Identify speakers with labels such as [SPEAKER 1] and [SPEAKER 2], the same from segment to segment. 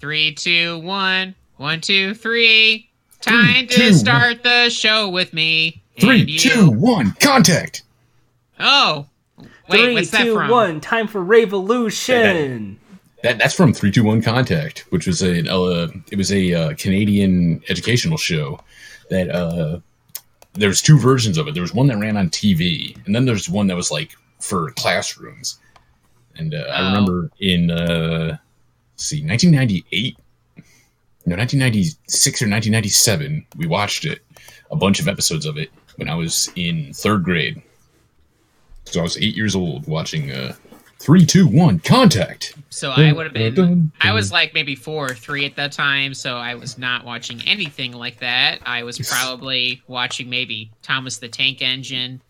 [SPEAKER 1] Three, two, one. One, two, three. Time to
[SPEAKER 2] two,
[SPEAKER 1] start the show with me. and
[SPEAKER 2] Three,
[SPEAKER 1] you.
[SPEAKER 2] two, one, contact.
[SPEAKER 1] Oh. Wait,
[SPEAKER 3] Three,
[SPEAKER 1] what's that
[SPEAKER 3] two,
[SPEAKER 1] from?
[SPEAKER 3] one, Time for revolution.
[SPEAKER 2] That that's from Three, Two, One, Contact, which was a uh, it was a uh, Canadian educational show that uh, there was two versions of it. There was one that ran on TV, and then there's one that was like for classrooms. And uh,
[SPEAKER 1] Oh.
[SPEAKER 2] I remember in uh, let's see 1998, no 1996 or 1997, we watched it a bunch of episodes of it when I was in third grade. So I was eight years old watching uh, Three, Two, One, Contact.
[SPEAKER 1] So I would have been.
[SPEAKER 2] Dun,
[SPEAKER 1] I was like maybe four or three at that time, so I was not watching anything like that. I was probably watching maybe Thomas the Tank Engine,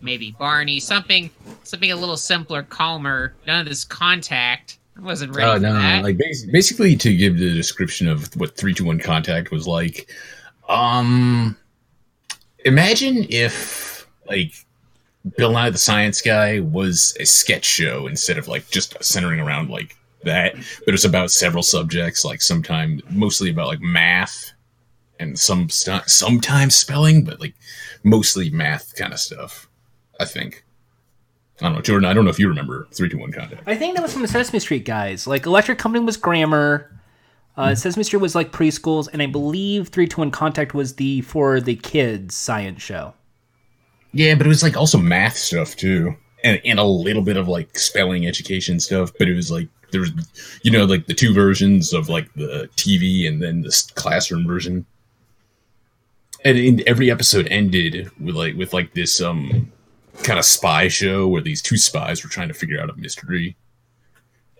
[SPEAKER 1] maybe Barney, something, something a little simpler, calmer. None of this contact. I wasn't ready
[SPEAKER 2] Oh
[SPEAKER 1] for
[SPEAKER 2] no!
[SPEAKER 1] that.
[SPEAKER 2] Like basically, basically, to give the description of what three two one contact was like, um, imagine if like Bill Nye the Science Guy was a sketch show instead of like just centering around like that, but it's about several subjects, like sometimes mostly about like math and some st- sometimes spelling, but like mostly math kind of stuff. I think. I don't know, Jordan. I don't know if you remember three two one contact.
[SPEAKER 3] I think that was from the Sesame Street guys. Like Electric Company was grammar. Uh, Sesame Street was like preschools, and I believe Three to One Contact was the for the kids science show.
[SPEAKER 2] Yeah, but it was like also math stuff too, and and a little bit of like spelling education stuff. But it was like there was, you know, like the two versions of like the TV and then the s- classroom version. And in every episode ended with like with like this um kind of spy show where these two spies were trying to figure out a mystery,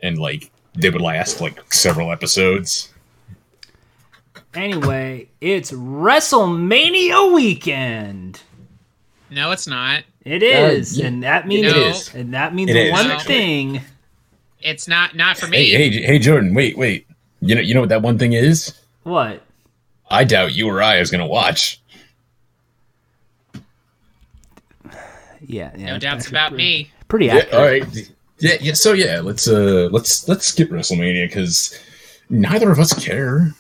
[SPEAKER 2] and like they would last like several episodes.
[SPEAKER 3] Anyway, it's WrestleMania weekend.
[SPEAKER 1] no, it's not.
[SPEAKER 3] It is,
[SPEAKER 2] yeah.
[SPEAKER 3] and that means
[SPEAKER 1] Uh, It is.
[SPEAKER 3] and that means
[SPEAKER 2] It is,
[SPEAKER 3] one
[SPEAKER 1] actually.
[SPEAKER 3] thing.
[SPEAKER 1] It's not not for
[SPEAKER 2] Hey,
[SPEAKER 1] me.
[SPEAKER 2] hey, J- hey, Jordan, wait, wait. You know, you know what that one thing is?
[SPEAKER 3] What?
[SPEAKER 2] I doubt you or I is gonna watch.
[SPEAKER 3] Yeah, yeah.
[SPEAKER 1] no doubts
[SPEAKER 3] actually
[SPEAKER 1] about
[SPEAKER 3] pretty-
[SPEAKER 1] me.
[SPEAKER 3] Pretty
[SPEAKER 2] Yeah,
[SPEAKER 3] accurate.
[SPEAKER 2] all right. Yeah, yeah. So yeah, let's uh, let's let's skip WrestleMania because neither of us care.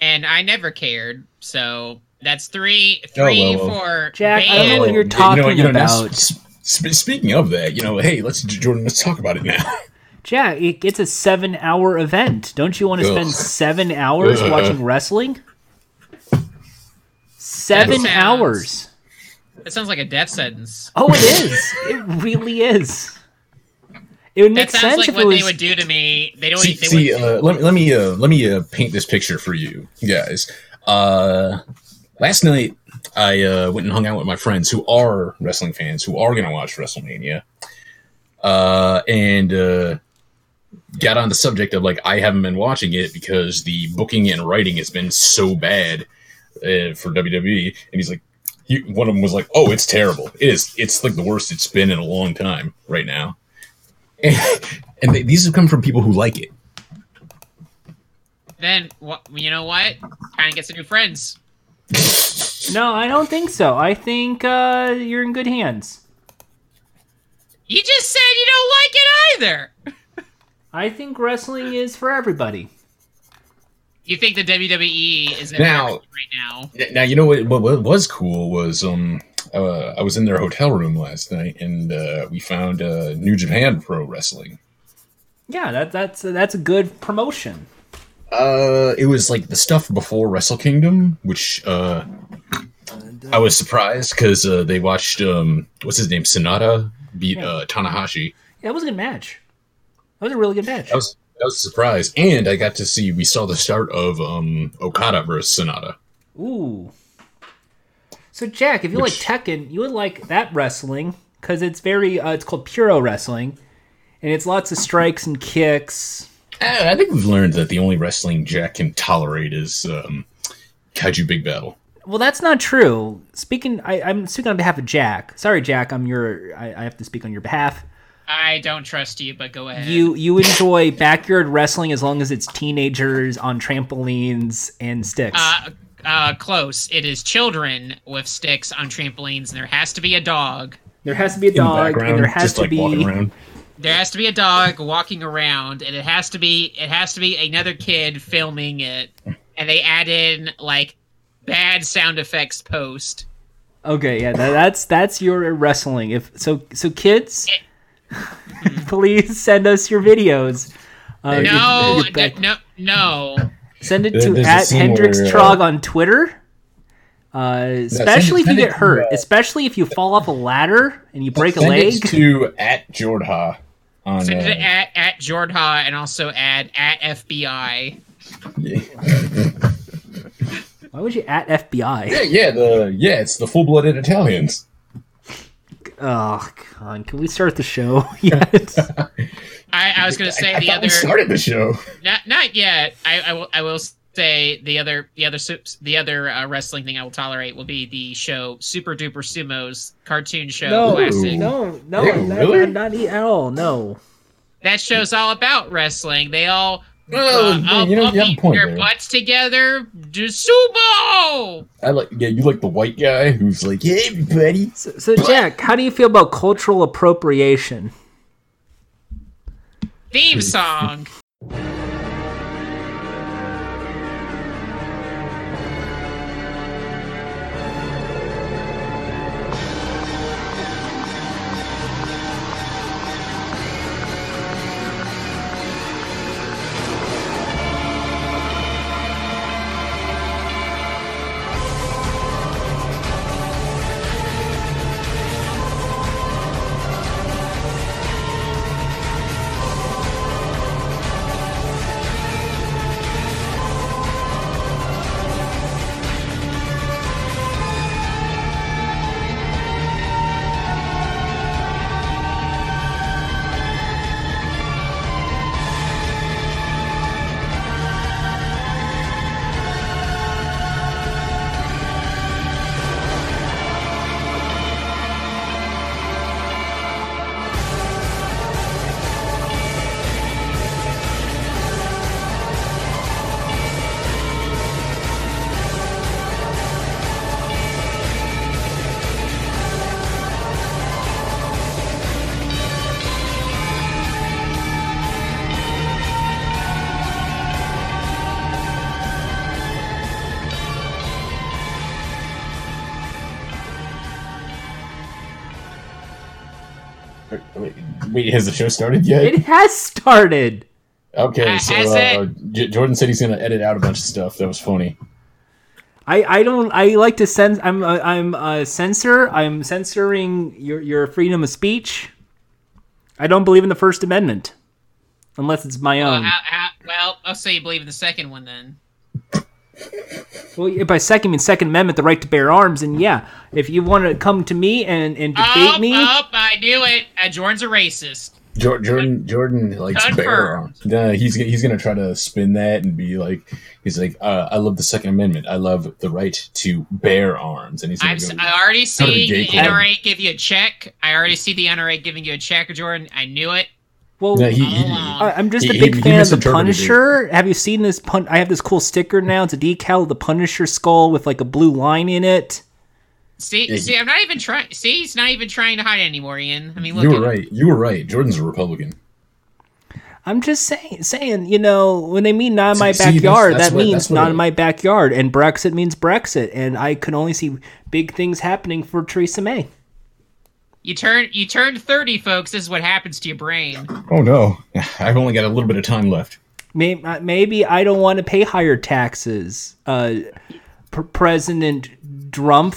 [SPEAKER 1] And I never cared. So that's three, three,
[SPEAKER 2] Oh, well, well.
[SPEAKER 1] four.
[SPEAKER 3] Jack, I don't know
[SPEAKER 1] banned.
[SPEAKER 3] what you're talking
[SPEAKER 2] now,
[SPEAKER 3] about.
[SPEAKER 2] s- sp- speaking of that, you know, hey, let's Jordan, let's talk about it now.
[SPEAKER 3] Jack, it, it's a seven-hour event. Don't you want to
[SPEAKER 2] Ugh.
[SPEAKER 3] spend seven hours
[SPEAKER 2] Ugh.
[SPEAKER 3] watching wrestling? Seven
[SPEAKER 1] sounds-
[SPEAKER 3] hours.
[SPEAKER 1] That sounds like a death sentence.
[SPEAKER 3] Oh, it is. it really is. It would make
[SPEAKER 1] That sounds
[SPEAKER 3] sense
[SPEAKER 1] like
[SPEAKER 3] if
[SPEAKER 1] what
[SPEAKER 3] it was.
[SPEAKER 1] they would do to me. They don't.
[SPEAKER 2] see,
[SPEAKER 1] they
[SPEAKER 2] see
[SPEAKER 1] would,
[SPEAKER 2] uh, let, me- let me uh, let me uh, paint this picture for you guys. Uh, last night, I uh, went and hung out with my friends who are wrestling fans who are going to watch WrestleMania, uh, and uh, got on the subject of like I haven't been watching it because the booking and writing has been so bad uh, for WWE, and he's like. He, one of them was like, "Oh, it's terrible. It is. It's like the worst it's been in a long time right now." And, and they, these have come from people who like it.
[SPEAKER 1] then wha- you know what? Kind of gets some new friends.
[SPEAKER 3] No, I don't think so. I think uh, you're in good hands.
[SPEAKER 1] You just said you don't like it either.
[SPEAKER 3] I think wrestling is for everybody.
[SPEAKER 1] You think the WWE is in
[SPEAKER 2] Now-
[SPEAKER 1] right now?
[SPEAKER 2] Now you know what, what, what was cool was um uh, I was in their hotel room last night and uh, we found uh, New Japan Pro Wrestling.
[SPEAKER 3] Yeah, that, that's that's a good promotion.
[SPEAKER 2] Uh, it was like the stuff before Wrestle Kingdom, which uh, I was surprised because uh, they watched um what's his name Sonata beat uh, Tanahashi.
[SPEAKER 3] That was a good match. That was a really good match.
[SPEAKER 2] That was that was a surprise, and I got to see we saw the start of um Okada versus Sonata.
[SPEAKER 3] Ooh. So Jack, if you
[SPEAKER 2] Which-
[SPEAKER 3] like Tekken, you would like that wrestling because it's very uh, it's called Puro Wrestling, and it's lots of strikes and kicks.
[SPEAKER 2] I, I think we've learned that the only wrestling Jack can tolerate is um, Kaiju Big Battle.
[SPEAKER 3] Well, that's not true. Speaking, I, I'm speaking on behalf of Jack. Sorry, Jack, I'm your. I, I have to speak on your behalf.
[SPEAKER 1] I don't trust you, but go ahead.
[SPEAKER 3] You you enjoy backyard wrestling as long as it's teenagers on trampolines and sticks.
[SPEAKER 1] uh, uh, close. It is children with sticks on trampolines, and there has to be a dog.
[SPEAKER 3] there has to be a
[SPEAKER 2] in the
[SPEAKER 3] dog, and
[SPEAKER 2] background,
[SPEAKER 3] there has
[SPEAKER 2] just
[SPEAKER 3] to
[SPEAKER 2] like walking
[SPEAKER 3] be
[SPEAKER 2] around.
[SPEAKER 1] there has to be a dog walking around, and it has to be it has to be another kid filming it, and they add in like bad sound effects post.
[SPEAKER 3] Okay, yeah, tha- that's that's your wrestling. If so, so kids, please send us your videos. Uh,
[SPEAKER 2] Hey,
[SPEAKER 1] No,
[SPEAKER 3] your- your back-
[SPEAKER 1] no, no, no.
[SPEAKER 3] send it
[SPEAKER 2] There-
[SPEAKER 3] to
[SPEAKER 2] there's a
[SPEAKER 3] at
[SPEAKER 2] scene where,
[SPEAKER 3] Hendrix
[SPEAKER 2] uh,
[SPEAKER 3] Trog on Twitter. Uh, especially if you
[SPEAKER 2] send it
[SPEAKER 3] get
[SPEAKER 2] to,
[SPEAKER 3] hurt,
[SPEAKER 2] uh,
[SPEAKER 3] especially if you fall off a ladder and you break a
[SPEAKER 2] Send
[SPEAKER 3] leg.
[SPEAKER 2] it to at Jordha on
[SPEAKER 1] Send it
[SPEAKER 2] uh,
[SPEAKER 1] at at Jordha and also add at FBI.
[SPEAKER 3] Why would you at FBI?
[SPEAKER 2] yeah, yeah, the yeah, it's the full blooded Italians.
[SPEAKER 3] Oh God! Can we start the show yet?
[SPEAKER 1] I, I was gonna say
[SPEAKER 2] I, I
[SPEAKER 1] the
[SPEAKER 2] thought we
[SPEAKER 1] other
[SPEAKER 2] started the show.
[SPEAKER 1] not not yet. I, I will I will say the other the other su- the other uh, wrestling thing I will tolerate will be the show Super Duper Sumos cartoon show classic.
[SPEAKER 3] no, no,
[SPEAKER 2] Ew,
[SPEAKER 3] I'm not,
[SPEAKER 2] really?
[SPEAKER 3] I'm not e- at all. No.
[SPEAKER 1] That show's all about wrestling. They all
[SPEAKER 2] Oh,
[SPEAKER 1] uh,
[SPEAKER 2] man,
[SPEAKER 1] all-
[SPEAKER 2] you know
[SPEAKER 1] all
[SPEAKER 2] you have a
[SPEAKER 1] beat
[SPEAKER 2] point
[SPEAKER 1] their
[SPEAKER 2] there.
[SPEAKER 1] butts together. Do sumo.
[SPEAKER 2] I like yeah, you like the white guy who's like, hey, everybody.
[SPEAKER 3] So, so Jack, how do you feel about cultural appropriation?
[SPEAKER 1] Theme song.
[SPEAKER 2] Wait, wait, has the show started yet?
[SPEAKER 3] It has started.
[SPEAKER 2] Okay,
[SPEAKER 1] Uh,
[SPEAKER 2] so
[SPEAKER 1] has
[SPEAKER 2] uh, J- Jordan said he's gonna edit out a bunch of stuff. That was funny.
[SPEAKER 3] I, I don't I like to sense I'm a, I'm a censor I'm censoring your your freedom of speech. I don't believe in the First Amendment, unless it's my
[SPEAKER 1] Well,
[SPEAKER 3] own.
[SPEAKER 1] how, how, well, I'll say you believe in the second one then.
[SPEAKER 3] Well, yeah, by second I mean Second Amendment, the right to bear arms, and yeah, if you want to come to me and and debate
[SPEAKER 1] Oh,
[SPEAKER 3] me,
[SPEAKER 1] oh, I knew it. Uh, Jordan's a racist.
[SPEAKER 2] Jor- Jordan Jordan likes
[SPEAKER 1] Confirmed.
[SPEAKER 2] bear arms. Nah, he's gonna- he's gonna try to spin that and be like, he's like, uh, I love the Second Amendment. I love the right to bear arms. And he's gonna
[SPEAKER 1] I'm,
[SPEAKER 2] go,
[SPEAKER 1] si already
[SPEAKER 2] gonna be
[SPEAKER 1] seeing
[SPEAKER 2] gay
[SPEAKER 1] the
[SPEAKER 2] club.
[SPEAKER 1] NRA give you a check. I already see the NRA giving you a check, Jordan. I knew it. oh,
[SPEAKER 3] well,
[SPEAKER 2] No, he-
[SPEAKER 1] all
[SPEAKER 2] he-
[SPEAKER 1] along.
[SPEAKER 3] I- I'm just
[SPEAKER 2] He-
[SPEAKER 3] a big
[SPEAKER 2] he- he
[SPEAKER 3] fan of the
[SPEAKER 2] misinterpreted it.
[SPEAKER 3] Punisher. Have you seen this pun? I have this cool sticker now. It's a decal of the Punisher skull with like a blue line in it.
[SPEAKER 1] See,
[SPEAKER 2] Yeah,
[SPEAKER 1] see, I'm not even trying. See, he's not even trying to hide anymore, Ian. I mean, look.
[SPEAKER 2] you were
[SPEAKER 1] at-
[SPEAKER 2] right. You were right. Jordan's a Republican.
[SPEAKER 3] I'm just saying, saying, you know, when they mean not in
[SPEAKER 2] See-
[SPEAKER 3] my
[SPEAKER 2] see, that's-
[SPEAKER 3] backyard,
[SPEAKER 2] that's
[SPEAKER 3] that
[SPEAKER 2] what-
[SPEAKER 3] means
[SPEAKER 2] that's what
[SPEAKER 3] not
[SPEAKER 2] it-
[SPEAKER 3] in my backyard, and Brexit means Brexit, and I can only see big things happening for Theresa May.
[SPEAKER 1] You turn, you turn 30, folks. This is what happens to your brain.
[SPEAKER 2] Oh no, I've only got a little bit of time left.
[SPEAKER 3] May- uh, Maybe I don't want to pay higher taxes. Uh, P- President Trump.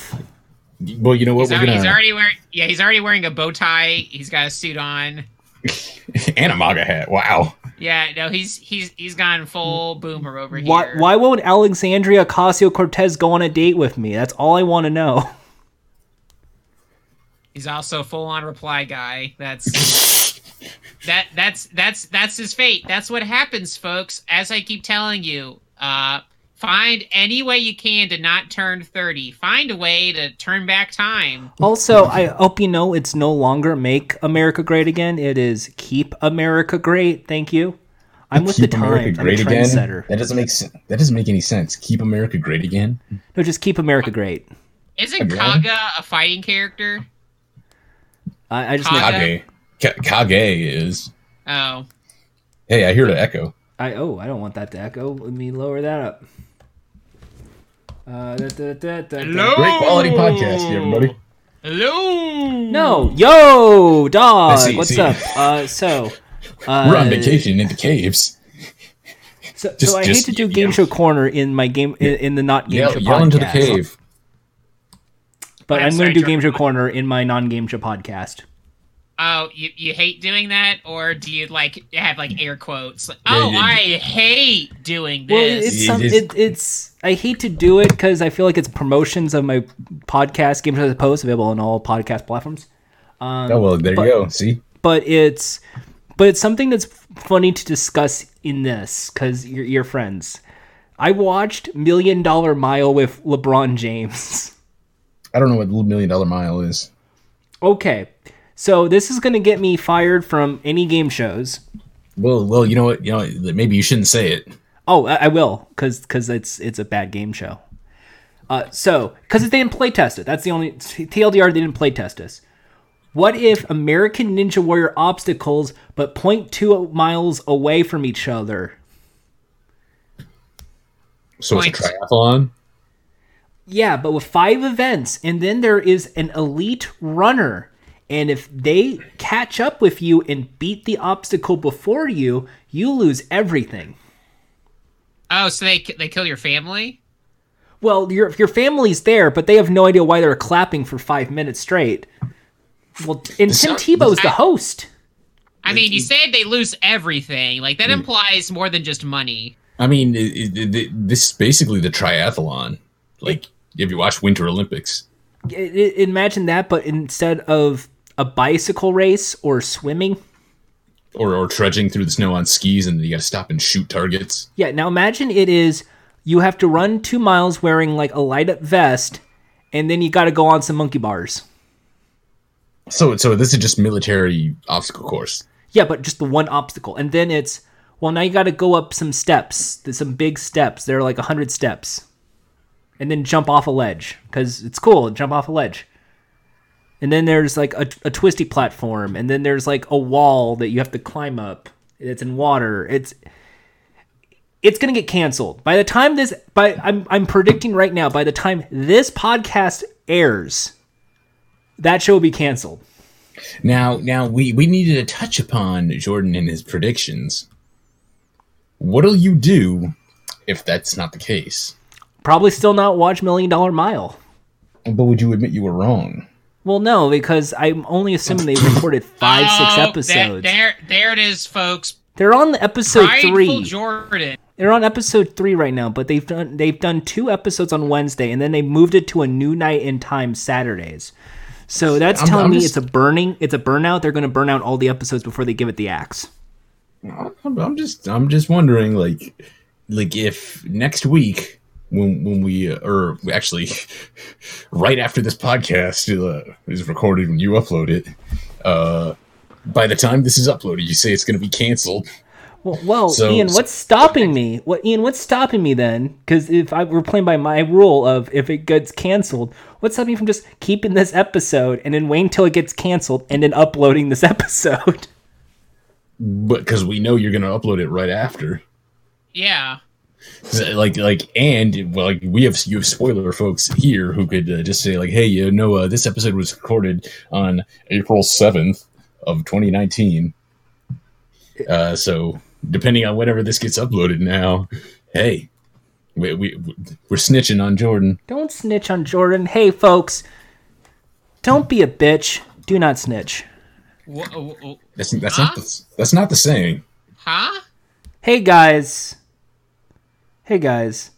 [SPEAKER 2] Well, you know what?
[SPEAKER 1] He's, al-
[SPEAKER 2] We're
[SPEAKER 1] he's
[SPEAKER 2] gonna
[SPEAKER 1] already wearing. Yeah, he's already wearing a bow tie. He's got a suit on.
[SPEAKER 2] and a MAGA hat. Wow.
[SPEAKER 1] Yeah, no, he's he's he's gone full boomer over here.
[SPEAKER 3] Why, why won't Alexandria Ocasio Cortez go on a date with me? That's all I want to know.
[SPEAKER 1] He's also full on reply guy. That's that that's that's that's his fate. That's what happens, folks. As I keep telling you, uh find any way you can to not turn 30. Find a way to turn back time.
[SPEAKER 3] Also, I hope you know it's no longer "Make America Great Again." It is "Keep America Great." Thank you. I'm with
[SPEAKER 2] Keep
[SPEAKER 3] the
[SPEAKER 2] America
[SPEAKER 3] times. I'm a
[SPEAKER 2] great again.
[SPEAKER 3] trendsetter.
[SPEAKER 2] That doesn't make sen- that doesn't make any sense. Keep America great again.
[SPEAKER 3] No, just "Keep America Great."
[SPEAKER 1] Isn't
[SPEAKER 2] Again?
[SPEAKER 1] Kaga a fighting character?
[SPEAKER 3] I, I just
[SPEAKER 1] Kaga.
[SPEAKER 3] make,
[SPEAKER 2] Kage. Ka- Kage is.
[SPEAKER 1] Oh,
[SPEAKER 2] Hey, I hear the echo.
[SPEAKER 3] I oh, I don't want that to echo. Let me lower that up. Uh, da, da, da, da, da.
[SPEAKER 1] Hello?
[SPEAKER 2] Great quality
[SPEAKER 1] Oh.
[SPEAKER 2] podcast, everybody.
[SPEAKER 1] hello.
[SPEAKER 3] No, yo, dog.
[SPEAKER 2] see,
[SPEAKER 3] what's
[SPEAKER 2] see.
[SPEAKER 3] up? Uh, so uh,
[SPEAKER 2] We're on vacation in the caves.
[SPEAKER 3] So,
[SPEAKER 2] Just-
[SPEAKER 3] so I
[SPEAKER 2] just
[SPEAKER 3] hate to do
[SPEAKER 2] yell.
[SPEAKER 3] game show corner in my game in, in the not game
[SPEAKER 2] Yell,
[SPEAKER 3] show
[SPEAKER 2] yell into the
[SPEAKER 3] podcast,
[SPEAKER 2] cave.
[SPEAKER 3] but
[SPEAKER 1] I'm
[SPEAKER 3] I'm, going
[SPEAKER 1] sorry,
[SPEAKER 3] to do game show
[SPEAKER 1] Jordan.
[SPEAKER 3] corner in my non game show podcast.
[SPEAKER 1] Oh, you, you hate doing that, or do you like have like air quotes? Like,
[SPEAKER 2] Yeah,
[SPEAKER 1] oh,
[SPEAKER 2] yeah,
[SPEAKER 1] I hate doing
[SPEAKER 3] Well,
[SPEAKER 1] this.
[SPEAKER 3] it's
[SPEAKER 2] It
[SPEAKER 3] some,
[SPEAKER 2] is-
[SPEAKER 3] it, it's I hate to do it because I feel like it's promotions of my podcast game show post available on all podcast platforms.
[SPEAKER 2] oh well, there you go. See,
[SPEAKER 3] But it's but it's something that's funny to discuss in this because you're, you're friends. I watched Million Dollar Mile with LeBron James.
[SPEAKER 2] I don't know what Little Million Dollar Mile is.
[SPEAKER 3] Okay, so this is gonna get me fired from any game shows.
[SPEAKER 2] Well, well, you know what? You know, maybe you shouldn't say it.
[SPEAKER 3] Oh, I, I will, cause 'cause it's it's a bad game show. Uh, so because they didn't play test it, that's the only TLDR they didn't play test us. What if American Ninja Warrior obstacles, but 0.2 miles away from each other?
[SPEAKER 2] So it's a
[SPEAKER 1] Point.
[SPEAKER 2] triathlon.
[SPEAKER 3] Yeah, but with five events, and then there is an elite runner. And if they catch up with you and beat the obstacle before you, you lose everything.
[SPEAKER 1] oh, so they they kill your family?
[SPEAKER 3] Well, your your family's there, but they have no idea why they're clapping for five minutes straight. Well, and Tim
[SPEAKER 2] not-
[SPEAKER 3] Tebow is the host.
[SPEAKER 1] I mean, you said they lose everything. Like that implies more than just money.
[SPEAKER 2] I mean, it, it, it, this is basically the triathlon. Like, if you watch Winter Olympics,
[SPEAKER 3] I- I- Imagine that, but instead of a bicycle race or swimming,
[SPEAKER 2] or or trudging through the snow on skis, and you got to stop and shoot targets.
[SPEAKER 3] yeah. Now imagine it is you have to run two miles wearing like a light up vest, and then you got to go on some monkey bars.
[SPEAKER 2] So, so this is just military obstacle course.
[SPEAKER 3] Yeah, but just the one obstacle, and then it's well now you got to go up some steps, th- some big steps. There are like a hundred steps, and then jump off a ledge because it's cool. Jump off a ledge, and then there's like a, a twisty platform, and then there's like a wall that you have to climb up. It's in water. It's it's gonna get canceled by the time this. By I'm I'm predicting right now. By the time this podcast airs, that show will be canceled.
[SPEAKER 2] Now, now we we needed to touch upon Jordan and his predictions. What'll you do if that's not the case?
[SPEAKER 3] Probably still not watch Million Dollar Mile.
[SPEAKER 2] But would you admit you were wrong?
[SPEAKER 3] Well, no, because I'm only assuming they recorded five,
[SPEAKER 1] Oh, that-
[SPEAKER 3] six episodes.
[SPEAKER 1] there, there it is, folks.
[SPEAKER 3] They're on the episode
[SPEAKER 1] Prideful
[SPEAKER 3] three.
[SPEAKER 1] Jordan.
[SPEAKER 3] They're on episode three right now, but they've done they've done two episodes on Wednesday, and then they moved it to a new night in time Saturdays. So that's
[SPEAKER 2] I'm-
[SPEAKER 3] telling
[SPEAKER 2] I'm
[SPEAKER 3] me
[SPEAKER 2] just-
[SPEAKER 3] it's a burning, it's a burnout. They're going to burn out all the episodes before they give it the axe.
[SPEAKER 2] I'm, I'm just I'm just wondering, like, like if next week when when we uh, or actually right after this podcast uh, is recorded when you upload it, uh, by the time this is uploaded, you say it's going to be canceled.
[SPEAKER 3] Well, well
[SPEAKER 2] So-
[SPEAKER 3] Ian,
[SPEAKER 2] so-
[SPEAKER 3] what's stopping me? What Ian, what's stopping me then? Because if I were playing by my rule of if it gets canceled, what's stopping me from just keeping this episode and then waiting till it gets canceled and then uploading this episode?
[SPEAKER 2] But because we know you're going to upload it right after.
[SPEAKER 1] Yeah.
[SPEAKER 2] like like and well, like we have you have spoiler folks here who could uh, just say like hey you know uh, this episode was recorded on april 7th of 2019 uh so depending on whenever this gets uploaded now hey we, we we're snitching on jordan
[SPEAKER 3] Don't snitch on Jordan. Hey, folks, don't be a bitch. Do not snitch.
[SPEAKER 1] Wh- wh- wh-
[SPEAKER 2] that's that's not the, that's not the saying
[SPEAKER 1] huh?
[SPEAKER 3] Hey, guys. Hey, guys.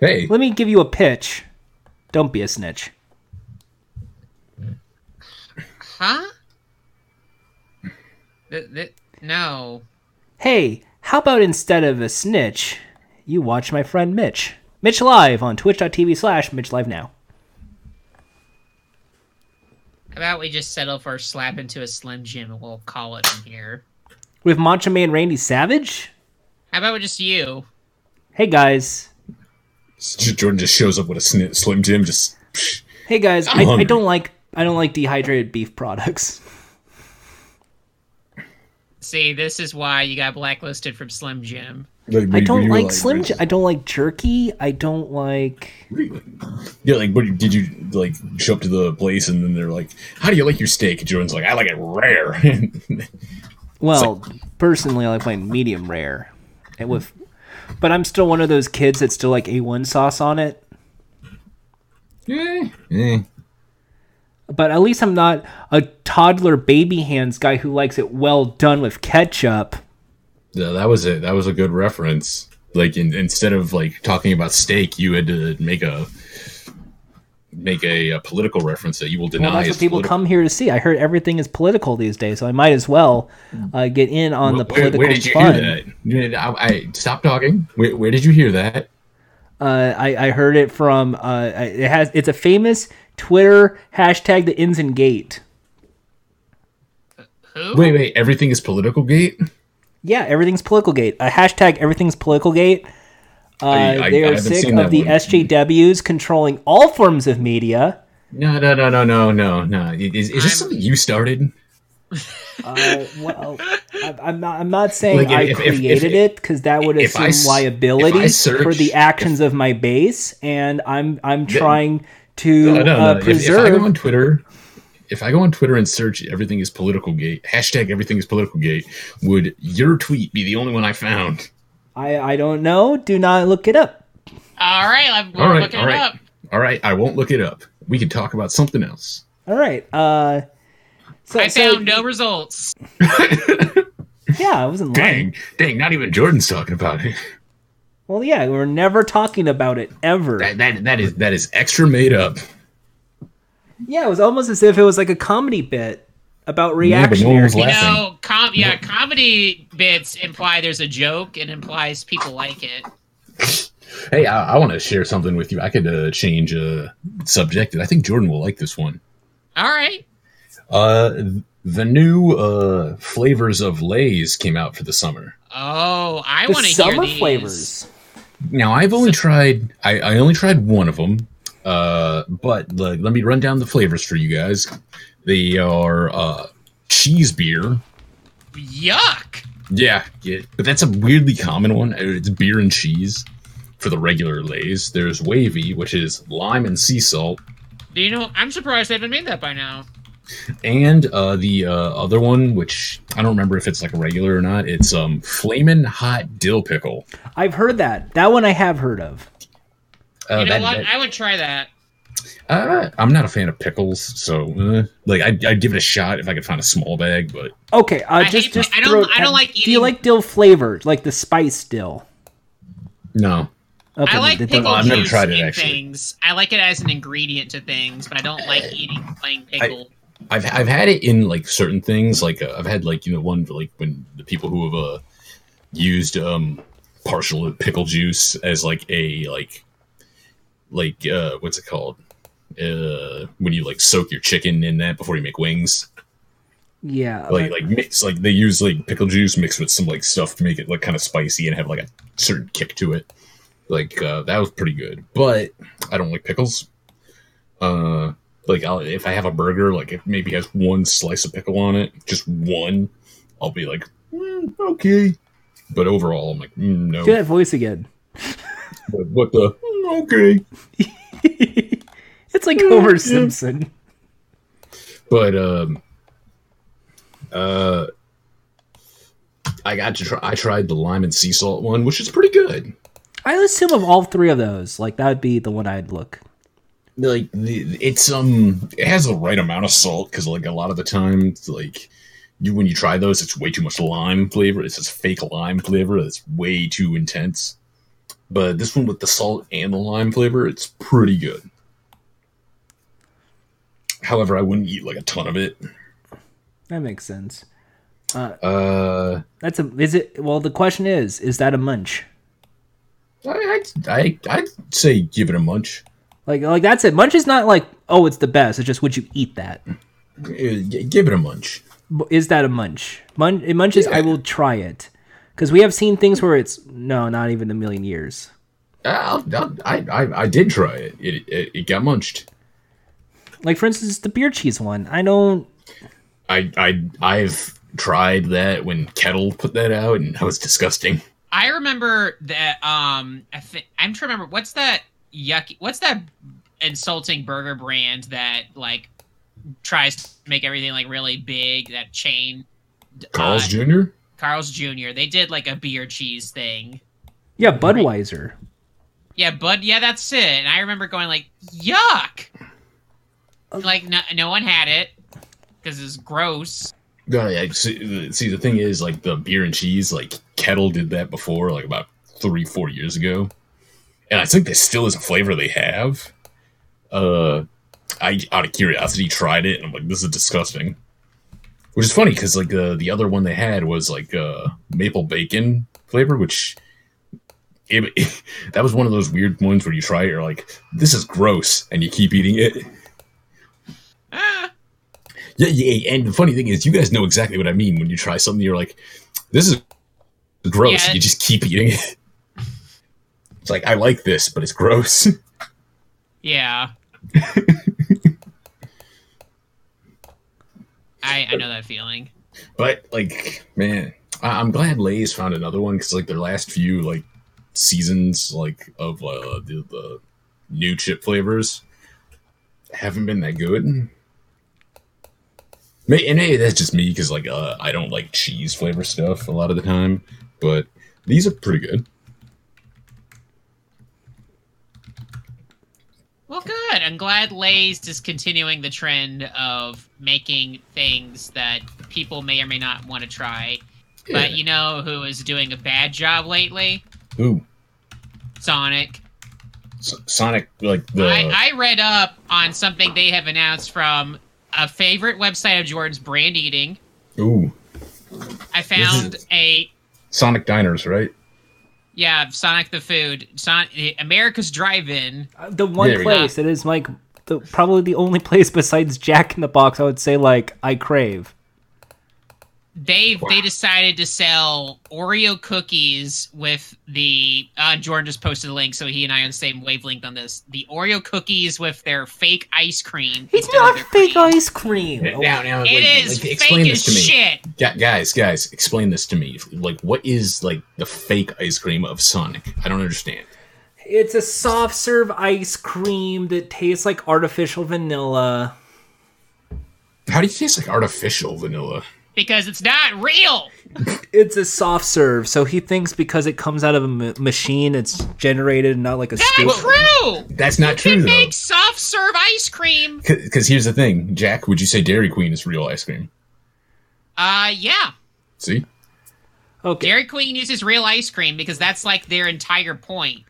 [SPEAKER 2] hey
[SPEAKER 3] Let me give you a pitch. Don't be a snitch.
[SPEAKER 1] Huh? Th- th- no.
[SPEAKER 3] Hey, how about instead of a snitch, you watch my friend Mitch? Mitch Live on twitch.tv slash Mitch Live Now.
[SPEAKER 1] How about we just settle for a slap into a Slim Jim and we'll call it from here?
[SPEAKER 3] With Macho Man Randy Savage?
[SPEAKER 1] How about just you?
[SPEAKER 3] Hey guys.
[SPEAKER 2] jordan just shows up with a sni slim jim just psh,
[SPEAKER 3] Hey guys,
[SPEAKER 2] I'm
[SPEAKER 3] I, I
[SPEAKER 2] hungry.
[SPEAKER 3] don't like I don't like dehydrated beef products.
[SPEAKER 1] See, this is why you got blacklisted from Slim Jim.
[SPEAKER 2] Like, what
[SPEAKER 3] I
[SPEAKER 2] do
[SPEAKER 3] don't
[SPEAKER 2] you
[SPEAKER 3] like Slim. J- I don't like jerky. I don't like.
[SPEAKER 2] Really? Yeah, like, what, did you like show up to the place and then they're like, "How do you like your steak?" And Jordan's like, "I like it rare."
[SPEAKER 3] Eh. Well, personally, I like mine medium rare, and with, but I'm still one of those kids that still like A1 sauce on it.
[SPEAKER 2] Eh, eh.
[SPEAKER 3] But at least I'm not a toddler baby hands guy who likes it well done with ketchup.
[SPEAKER 2] Yeah, that was it. That was a good reference. Like in, instead of like talking about steak, you had to make a make a, uh political reference that you will deny.
[SPEAKER 3] Well, that's
[SPEAKER 2] is
[SPEAKER 3] what people
[SPEAKER 2] politi-
[SPEAKER 3] come here to see. I heard everything is political these days, so I might as well uh, get in on the
[SPEAKER 2] Hmm. Where,
[SPEAKER 3] political
[SPEAKER 2] where did you
[SPEAKER 3] fun.
[SPEAKER 2] hear that? You did- I, I stop talking. Where, where did you hear that?
[SPEAKER 3] Uh, I, I heard it from uh, it has it's a famous Twitter hashtag the ins and gate.
[SPEAKER 1] Who?
[SPEAKER 2] Wait, wait. Everything is political gate.
[SPEAKER 3] Yeah, everything's political gate. A hashtag everything's political gate. Uh,
[SPEAKER 2] I- I-
[SPEAKER 3] they
[SPEAKER 2] I
[SPEAKER 3] are
[SPEAKER 2] haven't
[SPEAKER 3] sick
[SPEAKER 2] seen
[SPEAKER 3] of
[SPEAKER 2] that
[SPEAKER 3] the
[SPEAKER 2] one.
[SPEAKER 3] SJWs controlling all forms of media.
[SPEAKER 2] No, no, no, no, no, no, no. Is, is this
[SPEAKER 1] I'm-
[SPEAKER 2] something you started?
[SPEAKER 3] Uh, well, I- I'm not. I'm not saying
[SPEAKER 2] Like,
[SPEAKER 3] I
[SPEAKER 2] if- if- if-
[SPEAKER 3] created it because that would
[SPEAKER 2] if I
[SPEAKER 3] assume
[SPEAKER 2] s- if I
[SPEAKER 3] liability
[SPEAKER 2] search-
[SPEAKER 3] for the actions of my base, and I'm I'm trying to
[SPEAKER 2] No, no, no.
[SPEAKER 3] uh,
[SPEAKER 2] If, if I
[SPEAKER 3] preserve.
[SPEAKER 2] go on Twitter, if I go on Twitter and search "everything is political gate" hashtag "everything is political gate," would your tweet be the only one I found?
[SPEAKER 3] I I don't know. Do not look it up.
[SPEAKER 1] All right, I'm, we're
[SPEAKER 2] All right,
[SPEAKER 1] looking
[SPEAKER 2] all
[SPEAKER 1] it
[SPEAKER 2] right.
[SPEAKER 1] up.
[SPEAKER 2] All right, I won't look it up. We can talk about something else.
[SPEAKER 3] All right. Uh, so,
[SPEAKER 1] I
[SPEAKER 3] so-
[SPEAKER 1] found no results.
[SPEAKER 3] Yeah, I wasn't lying.
[SPEAKER 2] Dang, dang! Not even Jordan's talking about it.
[SPEAKER 3] Well, yeah, we're never talking about it ever.
[SPEAKER 2] That that, that is that is extra made up.
[SPEAKER 3] Yeah, it was almost as if it was like a comedy bit about
[SPEAKER 2] Yeah, but no one
[SPEAKER 3] reactionary.
[SPEAKER 2] was
[SPEAKER 1] You
[SPEAKER 2] Laughing.
[SPEAKER 1] know, com- yeah, comedy bits imply there's a joke and implies people like it.
[SPEAKER 2] Hey, I, I want to share something with you. I could uh, change uh, subject. I think Jordan will like this one.
[SPEAKER 1] All right.
[SPEAKER 2] Uh, the new uh, flavors of Lay's came out for the summer.
[SPEAKER 1] Oh, I
[SPEAKER 3] the
[SPEAKER 1] want to hear
[SPEAKER 3] summer
[SPEAKER 1] these.
[SPEAKER 3] flavors.
[SPEAKER 2] Now I've only tried I, I only tried one of them, uh, but like, let me run down the flavors for you guys. They are uh, cheese beer.
[SPEAKER 1] Yuck.
[SPEAKER 2] Yeah, yeah, but that's a weirdly common one. It's beer and cheese for the regular Lay's. There's wavy, which is lime and sea salt,
[SPEAKER 1] Do you know? I'm surprised they haven't made that by now.
[SPEAKER 2] and uh, the uh, other one, which I don't remember if it's like a regular or not. It's um flamin' hot dill pickle.
[SPEAKER 3] I've heard that. That one I have heard of. Oh,
[SPEAKER 2] Uh,
[SPEAKER 1] you know
[SPEAKER 2] that-
[SPEAKER 1] what?
[SPEAKER 2] that-
[SPEAKER 1] I would try that.
[SPEAKER 2] Uh, I'm not a fan of pickles, so uh, like I'd, I'd give it a shot if I could find a small bag. But
[SPEAKER 3] Okay, uh,
[SPEAKER 1] I
[SPEAKER 3] just
[SPEAKER 1] hate-
[SPEAKER 3] just
[SPEAKER 1] I don't-
[SPEAKER 3] throw-
[SPEAKER 1] I don't like
[SPEAKER 3] Do you
[SPEAKER 1] eating-
[SPEAKER 3] like dill flavored, like the spice dill?
[SPEAKER 2] no,
[SPEAKER 3] Okay,
[SPEAKER 1] I like
[SPEAKER 3] that
[SPEAKER 1] pickle
[SPEAKER 2] Oh, I've
[SPEAKER 1] juice
[SPEAKER 2] never tried it,
[SPEAKER 1] in
[SPEAKER 2] actually.
[SPEAKER 1] things. I like it as an ingredient to things, but I don't like eating plain pickle.
[SPEAKER 2] I've I've had it in like certain things. Like uh, I've had like you know one like when the people who have uh used um partial pickle juice as like a like like uh what's it called uh when you like soak your chicken in that before you make wings
[SPEAKER 3] Yeah,
[SPEAKER 2] like
[SPEAKER 3] but-
[SPEAKER 2] like mix like they use like pickle juice mixed with some like stuff to make it like kind of spicy and have like a certain kick to it. Like uh, that was pretty good, but I don't like pickles. Uh, like I'll, if I have a burger, like it maybe has one slice of pickle on it, just one, I'll be like "Mm, okay. But overall, I'm like mm, no.
[SPEAKER 3] do that voice again.
[SPEAKER 2] But what the "Mm, okay?
[SPEAKER 3] It's like Homer Simpson.
[SPEAKER 2] But um, uh, I got to try. I tried the lime and sea salt one, which is pretty good.
[SPEAKER 3] I assume of all three of those, like that would be the one I'd look.
[SPEAKER 2] like the, it's um it has the right amount of salt because like a lot of the time it's like you when you try those it's way too much lime flavor it's this fake lime flavor that's way too intense but this one with the salt and the lime flavor it's pretty good however i wouldn't eat like a ton of it
[SPEAKER 3] That makes sense.
[SPEAKER 2] uh
[SPEAKER 3] That's a is it? Well, the question is, is that a munch?
[SPEAKER 2] i i i i'd say give it a munch
[SPEAKER 3] Like like that's it. Munch is not like oh, it's the best. It's just would you eat that?
[SPEAKER 2] Uh, g- give it a munch
[SPEAKER 3] But is that a munch? Mun- a munch is I will try it because we have seen things where it's no, not even a million years.
[SPEAKER 2] I'll, I'll, I, I i did try it it it, it got munched
[SPEAKER 3] Like for instance, the beer cheese one. I don't.
[SPEAKER 2] I I I've tried that when Kettle put that out, and that was disgusting.
[SPEAKER 1] I remember that. Um, I thi- I'm trying to remember what's that yucky. What's that insulting burger brand that like tries to make everything like really big? That chain. uh,
[SPEAKER 2] Carl's Jr.
[SPEAKER 1] Carl's Jr. They did like a beer cheese thing.
[SPEAKER 3] Yeah, Budweiser.
[SPEAKER 1] Yeah, bud. Yeah, that's it. And I remember going like, yuck. Like no, no one had it because it's gross.
[SPEAKER 2] No, yeah, see, see, the thing is, like the beer and cheese, like Kettle did that before, like about three, four years ago, and I think that still is a flavor they have. Uh, I out of curiosity tried it, and I'm like, this is disgusting. Which is funny because like uh, the the other one they had was like uh maple bacon flavor, which it, that was one of those weird ones where you try it, you're like, this is gross, and you keep eating it.
[SPEAKER 1] Ah,
[SPEAKER 2] Yeah, yeah, and the funny thing is, you guys know exactly what I mean when you try something. You're like, "This is gross."
[SPEAKER 1] Yeah.
[SPEAKER 2] You just keep eating it. It's like I like this, but it's gross.
[SPEAKER 1] yeah. I I know that feeling.
[SPEAKER 2] but like, man, I- I'm glad Lay's found another one because like their last few like seasons like of uh, the, the new chip flavors haven't been that good. May- And hey, that's just me because like uh, I don't like cheese flavor stuff a lot of the time, but these are pretty good.
[SPEAKER 1] Well, good. I'm glad Lay's is continuing the trend of making things that people may or may not want to try.
[SPEAKER 2] Yeah.
[SPEAKER 1] But you know who is doing a bad job lately?
[SPEAKER 2] Ooh,
[SPEAKER 1] Sonic.
[SPEAKER 2] S- Sonic, like the
[SPEAKER 1] I, I read up on something they have announced from a favorite website of Jordan's brand eating.
[SPEAKER 2] ooh
[SPEAKER 1] I found
[SPEAKER 2] is-
[SPEAKER 1] a
[SPEAKER 2] Sonic diners, right?
[SPEAKER 1] yeah Sonic the Food, Son- America's Drive-In.
[SPEAKER 3] Uh, The one
[SPEAKER 2] There we go.
[SPEAKER 3] place that is like the, probably the only place besides Jack in the Box I would say like I crave.
[SPEAKER 1] They they decided to sell Oreo cookies with the uh, Jordan just posted the link, so he and I are on the same wavelength on this. The Oreo cookies with their fake ice cream.
[SPEAKER 3] It's
[SPEAKER 1] instead of
[SPEAKER 3] not
[SPEAKER 1] their
[SPEAKER 3] fake
[SPEAKER 1] cream.
[SPEAKER 3] ice cream.
[SPEAKER 2] now,
[SPEAKER 1] It is fake as shit.
[SPEAKER 2] Gu- guys, guys, explain this to me. Like, what is like the fake ice cream of Sonic? I don't understand.
[SPEAKER 3] It's a soft serve ice cream that tastes like artificial vanilla.
[SPEAKER 2] How do you taste like artificial vanilla?
[SPEAKER 1] because it's not real.
[SPEAKER 3] It's a soft serve, so he thinks because it comes out of a ma- machine, it's generated and not like a scoop.
[SPEAKER 1] Not true.
[SPEAKER 2] That's not
[SPEAKER 1] They
[SPEAKER 2] true though.
[SPEAKER 1] make soft serve ice cream.
[SPEAKER 2] Because here's the thing, Jack. Would you say Dairy Queen is real ice cream?
[SPEAKER 1] Uh, yeah.
[SPEAKER 2] See,
[SPEAKER 3] Okay,
[SPEAKER 1] Dairy Queen uses real ice cream because that's like their entire point.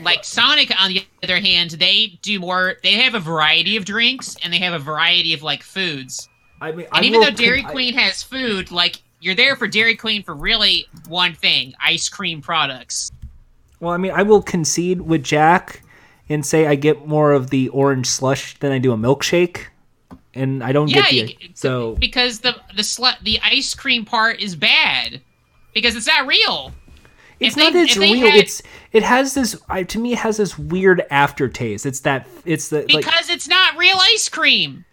[SPEAKER 1] like Sonic, on the other hand, they do more. They have a variety of drinks and they have a variety of like foods.
[SPEAKER 3] I mean,
[SPEAKER 1] And
[SPEAKER 3] I
[SPEAKER 1] even
[SPEAKER 3] will
[SPEAKER 1] though Dairy
[SPEAKER 3] con- I-
[SPEAKER 1] Queen has food, like you're there for Dairy Queen for really one thing: ice cream products.
[SPEAKER 3] well, I mean, I will concede with Jack and say I get more of the orange slush than I do a milkshake, and I don't
[SPEAKER 1] Yeah,
[SPEAKER 3] get the
[SPEAKER 1] you get-
[SPEAKER 3] so.
[SPEAKER 1] because the the slu- the ice cream part is bad because it's not real.
[SPEAKER 3] It's
[SPEAKER 1] they-
[SPEAKER 3] not that it's
[SPEAKER 1] if they
[SPEAKER 3] real.
[SPEAKER 1] had-
[SPEAKER 3] It's it has this I, to me it has this weird aftertaste. It's that it's the like
[SPEAKER 1] because it's not real ice cream.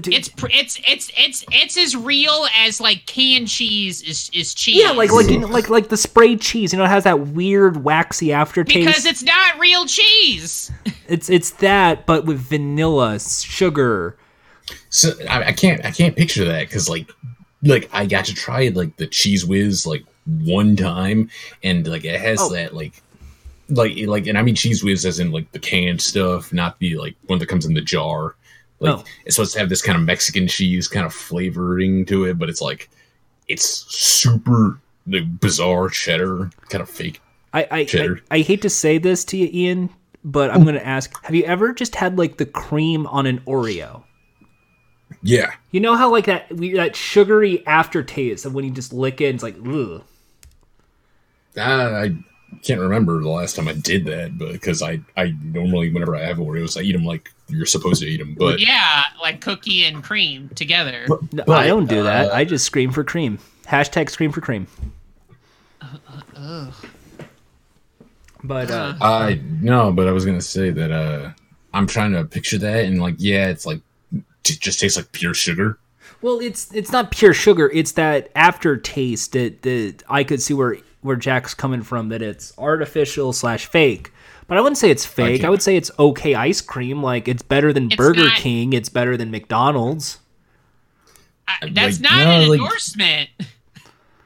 [SPEAKER 3] dude,
[SPEAKER 1] It's pr- it's it's it's it's as real as like canned cheese is is cheese.
[SPEAKER 3] yeah, like like you know, like like the sprayed cheese. You know, it has that weird waxy aftertaste.
[SPEAKER 1] because it's not real cheese.
[SPEAKER 3] It's it's that, but with vanilla, s- sugar.
[SPEAKER 2] so I, I can't, I can't picture that because like, like I got to try like the cheese whiz like one time, and like it has
[SPEAKER 3] Oh.
[SPEAKER 2] that like, like like, and I mean cheese whiz as in like the canned stuff, not the like one that comes in the jar. Like
[SPEAKER 3] Oh.
[SPEAKER 2] it's supposed to have this kind of Mexican cheese kind of flavoring to it, but it's like it's super like, bizarre cheddar kind of fake.
[SPEAKER 3] I I, I
[SPEAKER 2] Cheddar.
[SPEAKER 3] I hate to say this to you, Ian, but I'm gonna ask: Have you ever just had like the cream on an Oreo?
[SPEAKER 2] Yeah,
[SPEAKER 3] You know how like that we- that sugary aftertaste of when you just lick it, it's like ugh.
[SPEAKER 2] I can't remember the last time I did that, but because I I normally whenever I have Oreos, I eat them like you're supposed to eat them. But
[SPEAKER 1] Yeah, like cookie and cream together.
[SPEAKER 3] No,
[SPEAKER 2] But,
[SPEAKER 3] I don't do that.
[SPEAKER 2] uh,
[SPEAKER 3] I just scream for cream. Hashtag scream for cream. But uh,
[SPEAKER 2] I no, but I was gonna say that uh, I'm trying to picture that and like yeah, it's like it just tastes like pure sugar.
[SPEAKER 3] Well, it's it's not pure sugar. It's that aftertaste that that I could see where where Jack's coming from. That it's artificial slash fake. But I wouldn't say it's fake. I would say it's okay ice cream. Like it's better than
[SPEAKER 1] It's
[SPEAKER 3] Burger
[SPEAKER 1] not-
[SPEAKER 3] King. It's better than McDonald's.
[SPEAKER 1] I, that's
[SPEAKER 2] Like,
[SPEAKER 1] not
[SPEAKER 2] no,
[SPEAKER 1] an
[SPEAKER 2] like-
[SPEAKER 1] endorsement.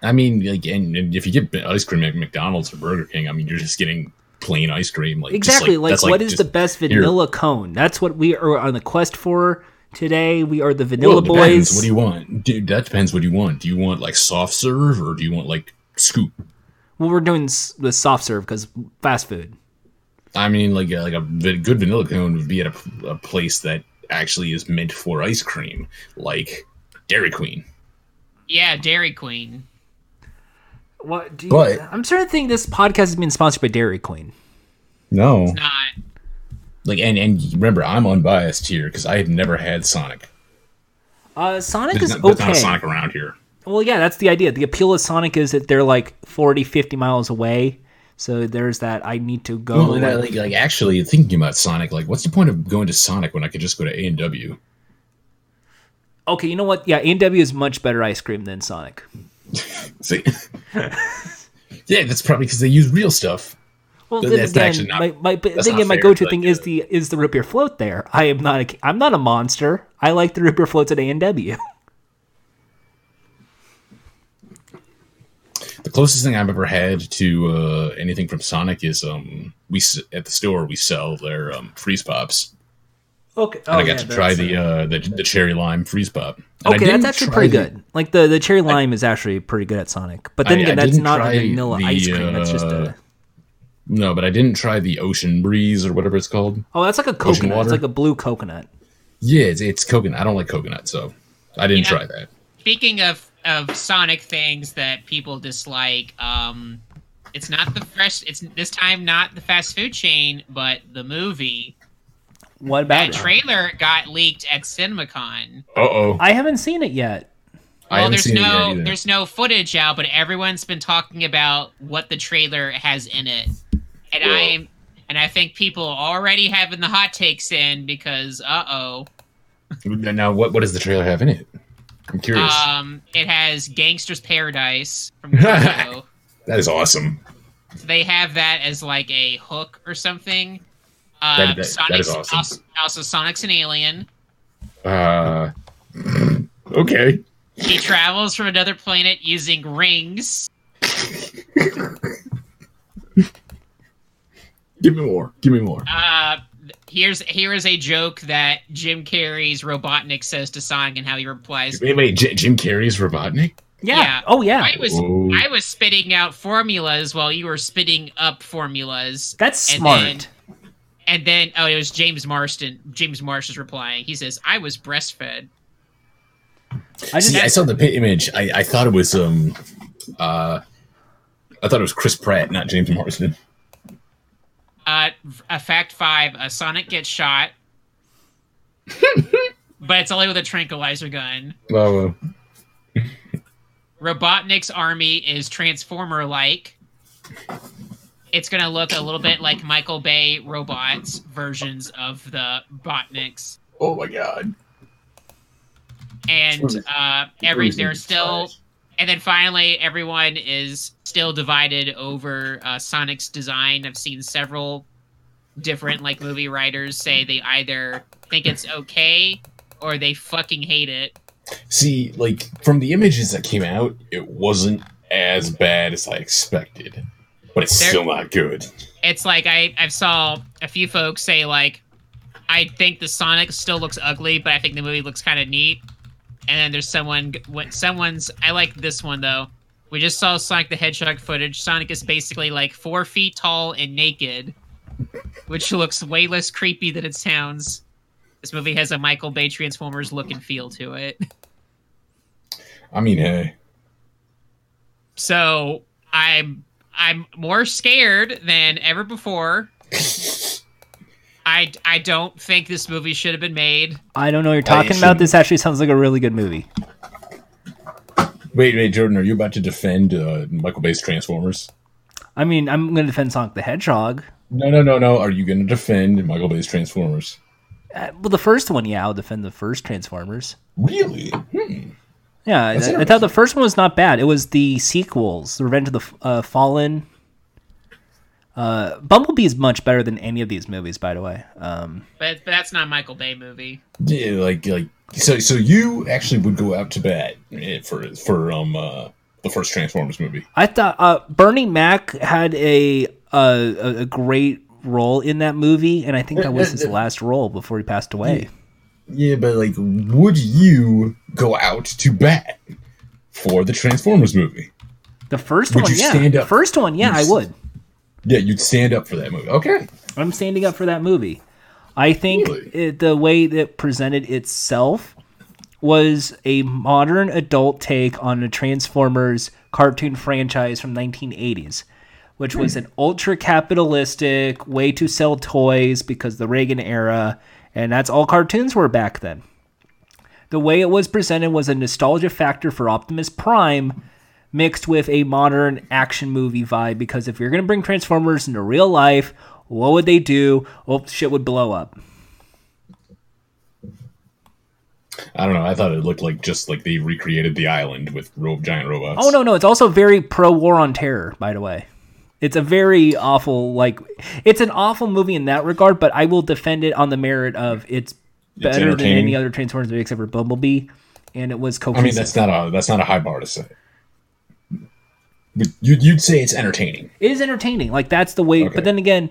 [SPEAKER 2] I mean, like, and, and if you get ice cream at McDonald's or Burger King, I mean, you're just getting plain ice cream. Like just,
[SPEAKER 3] Exactly. like,
[SPEAKER 2] that's,
[SPEAKER 3] what is
[SPEAKER 2] just-
[SPEAKER 3] the best
[SPEAKER 2] here.
[SPEAKER 3] vanilla cone? That's what we are on the quest for today. We are the
[SPEAKER 2] Well,
[SPEAKER 3] vanilla
[SPEAKER 2] it
[SPEAKER 3] boys.
[SPEAKER 2] depends. What do you want? Dude, that depends. What do you want? Do you want like soft serve or do you want like scoop?
[SPEAKER 3] well, we're doing s- the soft serve because fast food.
[SPEAKER 2] I mean, like a, like a v- good vanilla cone would be at a, a place that actually is meant for ice cream, like Dairy Queen.
[SPEAKER 1] yeah, Dairy Queen.
[SPEAKER 3] What? Do you,
[SPEAKER 2] But-
[SPEAKER 3] I'm starting to think this podcast is being sponsored by Dairy Queen.
[SPEAKER 2] No,
[SPEAKER 1] Not.
[SPEAKER 2] like and and remember, I'm unbiased here because I have never had Sonic.
[SPEAKER 3] Uh, Sonic
[SPEAKER 2] There's, not,
[SPEAKER 3] is
[SPEAKER 2] there's
[SPEAKER 3] okay.
[SPEAKER 2] not a Sonic around here.
[SPEAKER 3] Well, yeah, that's the idea. The appeal of Sonic is that they're like 40, 50 miles away. So there's that. I need to go.
[SPEAKER 2] Well,
[SPEAKER 3] like-
[SPEAKER 2] like, like, like actually thinking about Sonic, like what's the point of going to Sonic when I could just go to A and W?
[SPEAKER 3] okay, you know what? Yeah, A&W is much better ice cream than Sonic.
[SPEAKER 2] See, yeah, that's probably because they use real stuff.
[SPEAKER 3] Well,
[SPEAKER 2] Th-
[SPEAKER 3] then
[SPEAKER 2] that's
[SPEAKER 3] again,
[SPEAKER 2] actually not-
[SPEAKER 3] my, my but
[SPEAKER 2] that's
[SPEAKER 3] then
[SPEAKER 2] not
[SPEAKER 3] again, my
[SPEAKER 2] fair,
[SPEAKER 3] go-to
[SPEAKER 2] but,
[SPEAKER 3] thing is the is the root beer float. There, I am not a I'm not a monster. I like the root beer floats at A and W.
[SPEAKER 2] The closest thing I've ever had to uh, anything from Sonic is um we s- at the store we sell their um, freeze pops.
[SPEAKER 3] Okay,
[SPEAKER 1] Oh,
[SPEAKER 2] And I got to try the, uh, the the cherry lime freeze pop. And I
[SPEAKER 3] okay,
[SPEAKER 2] didn't
[SPEAKER 3] that's actually
[SPEAKER 2] try
[SPEAKER 3] pretty
[SPEAKER 2] the-
[SPEAKER 3] good. Like the the cherry lime is actually pretty good at Sonic. But then
[SPEAKER 2] I-
[SPEAKER 3] again,
[SPEAKER 2] I
[SPEAKER 3] that's
[SPEAKER 2] didn't
[SPEAKER 3] not
[SPEAKER 2] try
[SPEAKER 3] a vanilla
[SPEAKER 2] the,
[SPEAKER 3] ice cream. That's just a
[SPEAKER 2] uh, No, but I didn't try the ocean breeze or whatever it's called.
[SPEAKER 3] oh, that's like a coconut. It's
[SPEAKER 2] water.
[SPEAKER 3] like a blue coconut.
[SPEAKER 2] Yeah, it's, it's coconut. I don't like coconut, so I didn't
[SPEAKER 1] Yeah.
[SPEAKER 2] try that.
[SPEAKER 1] Speaking of of Sonic things that people dislike, um, it's not the fresh. It's this time not the fast food chain, but the movie.
[SPEAKER 3] What about
[SPEAKER 1] That
[SPEAKER 3] it?
[SPEAKER 1] trailer got leaked at CinemaCon.
[SPEAKER 2] Uh oh,
[SPEAKER 3] I haven't seen it yet.
[SPEAKER 2] I
[SPEAKER 1] Well,
[SPEAKER 2] haven't
[SPEAKER 1] there's
[SPEAKER 2] seen it yet
[SPEAKER 1] no
[SPEAKER 2] either.
[SPEAKER 1] there's no footage out, but everyone's been talking about what the trailer has in it, and
[SPEAKER 2] Well-
[SPEAKER 1] I'm and I think people are already having the hot takes in because uh oh,
[SPEAKER 2] Now, what what does the trailer have in it? I'm curious.
[SPEAKER 1] um, it has Gangster's Paradise from Coolio.
[SPEAKER 2] that is awesome.
[SPEAKER 1] they have that as like a hook or something. Um,
[SPEAKER 2] That- that- that
[SPEAKER 1] Sonic's
[SPEAKER 2] is awesome.
[SPEAKER 1] also, also Sonic's an alien.
[SPEAKER 2] Uh, okay.
[SPEAKER 1] He travels from another planet using rings.
[SPEAKER 2] Give me more. Give me more.
[SPEAKER 1] Uh, here's here is a joke that Jim Carrey's Robotnik says to Sonic, and how he replies,
[SPEAKER 2] Wait, wait. J- Jim Carrey's Robotnik?
[SPEAKER 3] Yeah.
[SPEAKER 1] Yeah.
[SPEAKER 3] Oh yeah.
[SPEAKER 1] "I was
[SPEAKER 2] Whoa.
[SPEAKER 1] I was spitting out formulas while you were spitting up formulas."
[SPEAKER 3] That's
[SPEAKER 1] and
[SPEAKER 3] smart.
[SPEAKER 1] then- And then oh, it was James Marston. James Marsh is replying. He says, "I was breastfed."
[SPEAKER 3] I just
[SPEAKER 2] See, I saw the pit image. I, I thought it was um, uh, I thought it was Chris Pratt, not James Marsden.
[SPEAKER 1] Uh, a fact five: a Sonic gets shot, but it's only with a tranquilizer gun.
[SPEAKER 2] Well, uh,
[SPEAKER 1] Robotnik's army is Transformer like. It's gonna look a little bit like Michael Bay robots versions of the Botniks,
[SPEAKER 2] oh my god.
[SPEAKER 1] and uh, every they're still.
[SPEAKER 2] Christ.
[SPEAKER 1] And then finally, everyone is still divided over uh, Sonic's design. I've seen several different like movie writers say they either think it's okay or they fucking hate it.
[SPEAKER 2] See, like from the images that came out, it wasn't as bad as I expected, but it's
[SPEAKER 1] There-
[SPEAKER 2] still not good.
[SPEAKER 1] it's like I I saw a few folks say like I think the Sonic still looks ugly, but I think the movie looks kind of neat. And then there's someone what someone's I like this one though. We just saw Sonic the Hedgehog footage. Sonic is basically like four feet tall and naked, which looks way less creepy than it sounds. This movie has a Michael Bay Transformers look and feel to it.
[SPEAKER 2] I mean, hey,
[SPEAKER 1] So I'm I'm more scared than ever before. I I don't think this movie should have been made.
[SPEAKER 3] I don't know what you're
[SPEAKER 2] Oh, you
[SPEAKER 3] talking about.
[SPEAKER 2] shouldn't.
[SPEAKER 3] This actually sounds like a really good movie.
[SPEAKER 2] wait, wait, Jordan, are you about to defend uh, Michael Bay's Transformers?
[SPEAKER 3] I mean, I'm going to defend Sonic the Hedgehog.
[SPEAKER 2] No, no, no, no. Are you going to defend Michael Bay's Transformers?
[SPEAKER 3] Uh, well, the first one, yeah, I'll defend the first Transformers.
[SPEAKER 2] Really? Hmm.
[SPEAKER 3] Yeah, I,
[SPEAKER 2] That's
[SPEAKER 3] I thought the first one was not bad. It was the sequels, The Revenge of the F- uh, Fallen. Uh, Bumblebee is much better than any of these movies, by the way. Um,
[SPEAKER 1] But, but that's not a Michael Bay movie.
[SPEAKER 2] Yeah, like like so so you actually would go out to bat eh, for for um uh, the first Transformers movie.
[SPEAKER 3] I thought uh, Bernie Mac had a, a a a great role in that movie, and I think that was
[SPEAKER 2] Uh,
[SPEAKER 3] his last role before he passed away.
[SPEAKER 2] Yeah, but like would you go out to bat for the Transformers movie?
[SPEAKER 3] The first
[SPEAKER 2] Would
[SPEAKER 3] one,
[SPEAKER 2] you
[SPEAKER 3] yeah.
[SPEAKER 2] stand
[SPEAKER 3] The
[SPEAKER 2] up?
[SPEAKER 3] first one, yeah, I
[SPEAKER 2] s-
[SPEAKER 3] would.
[SPEAKER 2] Yeah, you'd stand up for that movie. Okay.
[SPEAKER 3] I'm standing up for that movie. I think
[SPEAKER 2] Really?
[SPEAKER 3] it, the way that presented itself was a modern adult take on the Transformers cartoon franchise from 1980s, which was an ultra capitalistic way to sell toys because the Reagan era, and that's all cartoons were back then. The way it was presented was a nostalgia factor for Optimus Prime mixed with a modern action movie vibe because if you're going to bring Transformers into real life, what would they do? Well, shit would blow up.
[SPEAKER 2] I don't know. I thought it looked like just like they recreated the island with ro- giant robots.
[SPEAKER 3] Oh no, no, it's also very pro war on terror, by the way. It's a very awful like it's an awful movie in that regard, but I will defend it on the merit of it's better than
[SPEAKER 2] entertaining.
[SPEAKER 3] any other Transformers movie except for Bumblebee and it was
[SPEAKER 2] I
[SPEAKER 3] cohesive.
[SPEAKER 2] mean that's not a that's not a high bar to say. But you you'd say it's entertaining.
[SPEAKER 3] it is entertaining. Like that's the way.
[SPEAKER 2] Okay.
[SPEAKER 3] But then again,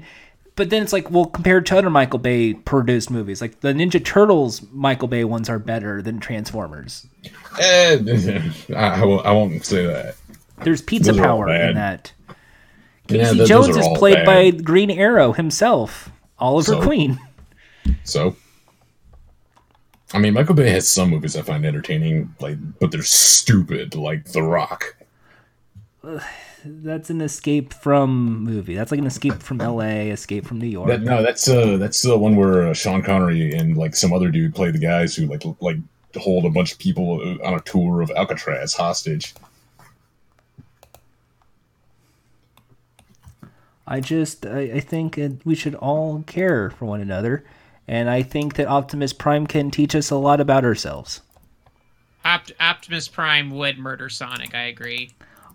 [SPEAKER 3] but then it's like well, compared to other Michael Bay produced movies, like the Ninja Turtles Michael Bay ones are better than Transformers.
[SPEAKER 2] Eh, I, I won't, I won't say that.
[SPEAKER 3] There's pizza
[SPEAKER 2] Those are all
[SPEAKER 3] power in
[SPEAKER 2] bad.
[SPEAKER 3] that.
[SPEAKER 2] Yeah, th-
[SPEAKER 3] Casey
[SPEAKER 2] those
[SPEAKER 3] Jones
[SPEAKER 2] are
[SPEAKER 3] is
[SPEAKER 2] all
[SPEAKER 3] played
[SPEAKER 2] bad.
[SPEAKER 3] by Green Arrow himself, Oliver
[SPEAKER 2] So?
[SPEAKER 3] Queen.
[SPEAKER 2] So, I mean, Michael Bay has some movies I find entertaining, like, but they're stupid, like The Rock.
[SPEAKER 3] That's an escape from movie. That's like an escape from L.A., escape from New York.
[SPEAKER 2] That, no, that's uh, that's the one where uh, Sean Connery and like some other dude play the guys who like l- like hold a bunch of people uh, on a tour of Alcatraz hostage.
[SPEAKER 3] I just I, I think it, we should all care for one another, and I think that Optimus Prime can teach us a lot about ourselves.
[SPEAKER 1] Opt- Optimus Prime would murder Sonic. I agree.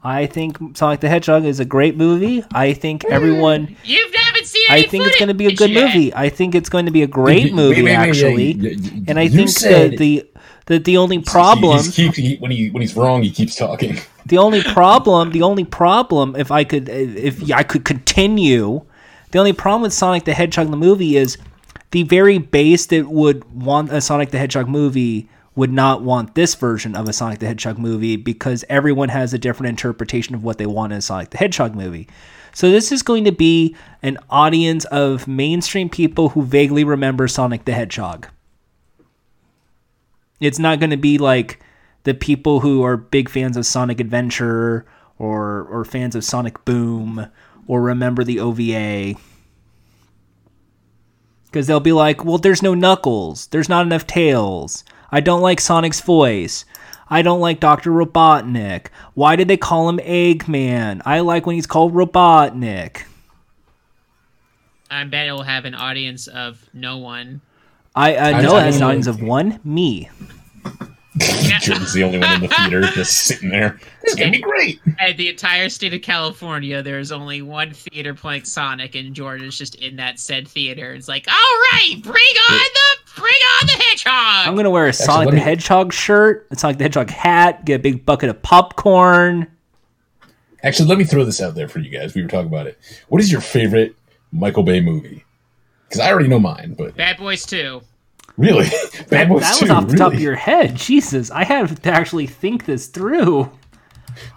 [SPEAKER 3] I think Sonic the Hedgehog is a great movie. I think everyone.
[SPEAKER 1] You haven't seen.
[SPEAKER 3] I
[SPEAKER 1] Any
[SPEAKER 3] think it's
[SPEAKER 1] footage
[SPEAKER 3] going to be a good
[SPEAKER 1] yet.
[SPEAKER 3] movie. I think it's going to be a
[SPEAKER 2] Wait,
[SPEAKER 3] great
[SPEAKER 2] wait,
[SPEAKER 3] movie,
[SPEAKER 2] wait, wait,
[SPEAKER 3] actually.
[SPEAKER 2] yeah, yeah, yeah,
[SPEAKER 3] and I
[SPEAKER 2] you
[SPEAKER 3] think
[SPEAKER 2] said-
[SPEAKER 3] that the that the only
[SPEAKER 2] He-
[SPEAKER 3] problem,
[SPEAKER 2] he's- he- he- when he when he's wrong, he keeps talking.
[SPEAKER 3] the only problem, the only problem. If I could, if I could continue, the only problem with Sonic the Hedgehog the movie is the very base that would want a Sonic the Hedgehog movie would not want this version of a Sonic the Hedgehog movie because everyone has a different interpretation of what they want in a Sonic the Hedgehog movie. So this is going to be an audience of mainstream people who vaguely remember Sonic the Hedgehog. It's not going to be like the people who are big fans of Sonic Adventure or or fans of Sonic Boom or remember the OVA. Because they'll be like, well, there's no Knuckles. There's not enough Tails. I don't like Sonic's voice. I don't like Dr. Robotnik. Why did they call him Eggman? I like when he's called Robotnik.
[SPEAKER 1] I bet it'll have an audience of no one.
[SPEAKER 3] I, uh,
[SPEAKER 2] I-
[SPEAKER 3] Noah
[SPEAKER 2] I
[SPEAKER 3] has
[SPEAKER 2] mean-
[SPEAKER 3] signs of one, me.
[SPEAKER 2] Jordan's the only one in the theater just sitting there. This is gonna be great.
[SPEAKER 1] At the entire state of California, there is only one theater playing Sonic, and Jordan is just in that said theater. It's like, all right, bring on the bring on the hedgehog.
[SPEAKER 3] I'm gonna wear a Sonic
[SPEAKER 2] let
[SPEAKER 3] the
[SPEAKER 2] me-
[SPEAKER 3] Hedgehog shirt, a Sonic the Hedgehog hat, get a big bucket of popcorn.
[SPEAKER 2] Actually, let me throw this out there for you guys. We were talking about it. What is your favorite Michael Bay movie? Because I already know mine, but
[SPEAKER 1] Bad Boys Two.
[SPEAKER 2] really, Bad Boys
[SPEAKER 3] that
[SPEAKER 2] 2,
[SPEAKER 3] was off the top of
[SPEAKER 2] really?
[SPEAKER 3] your head. Jesus, I had to actually think this through.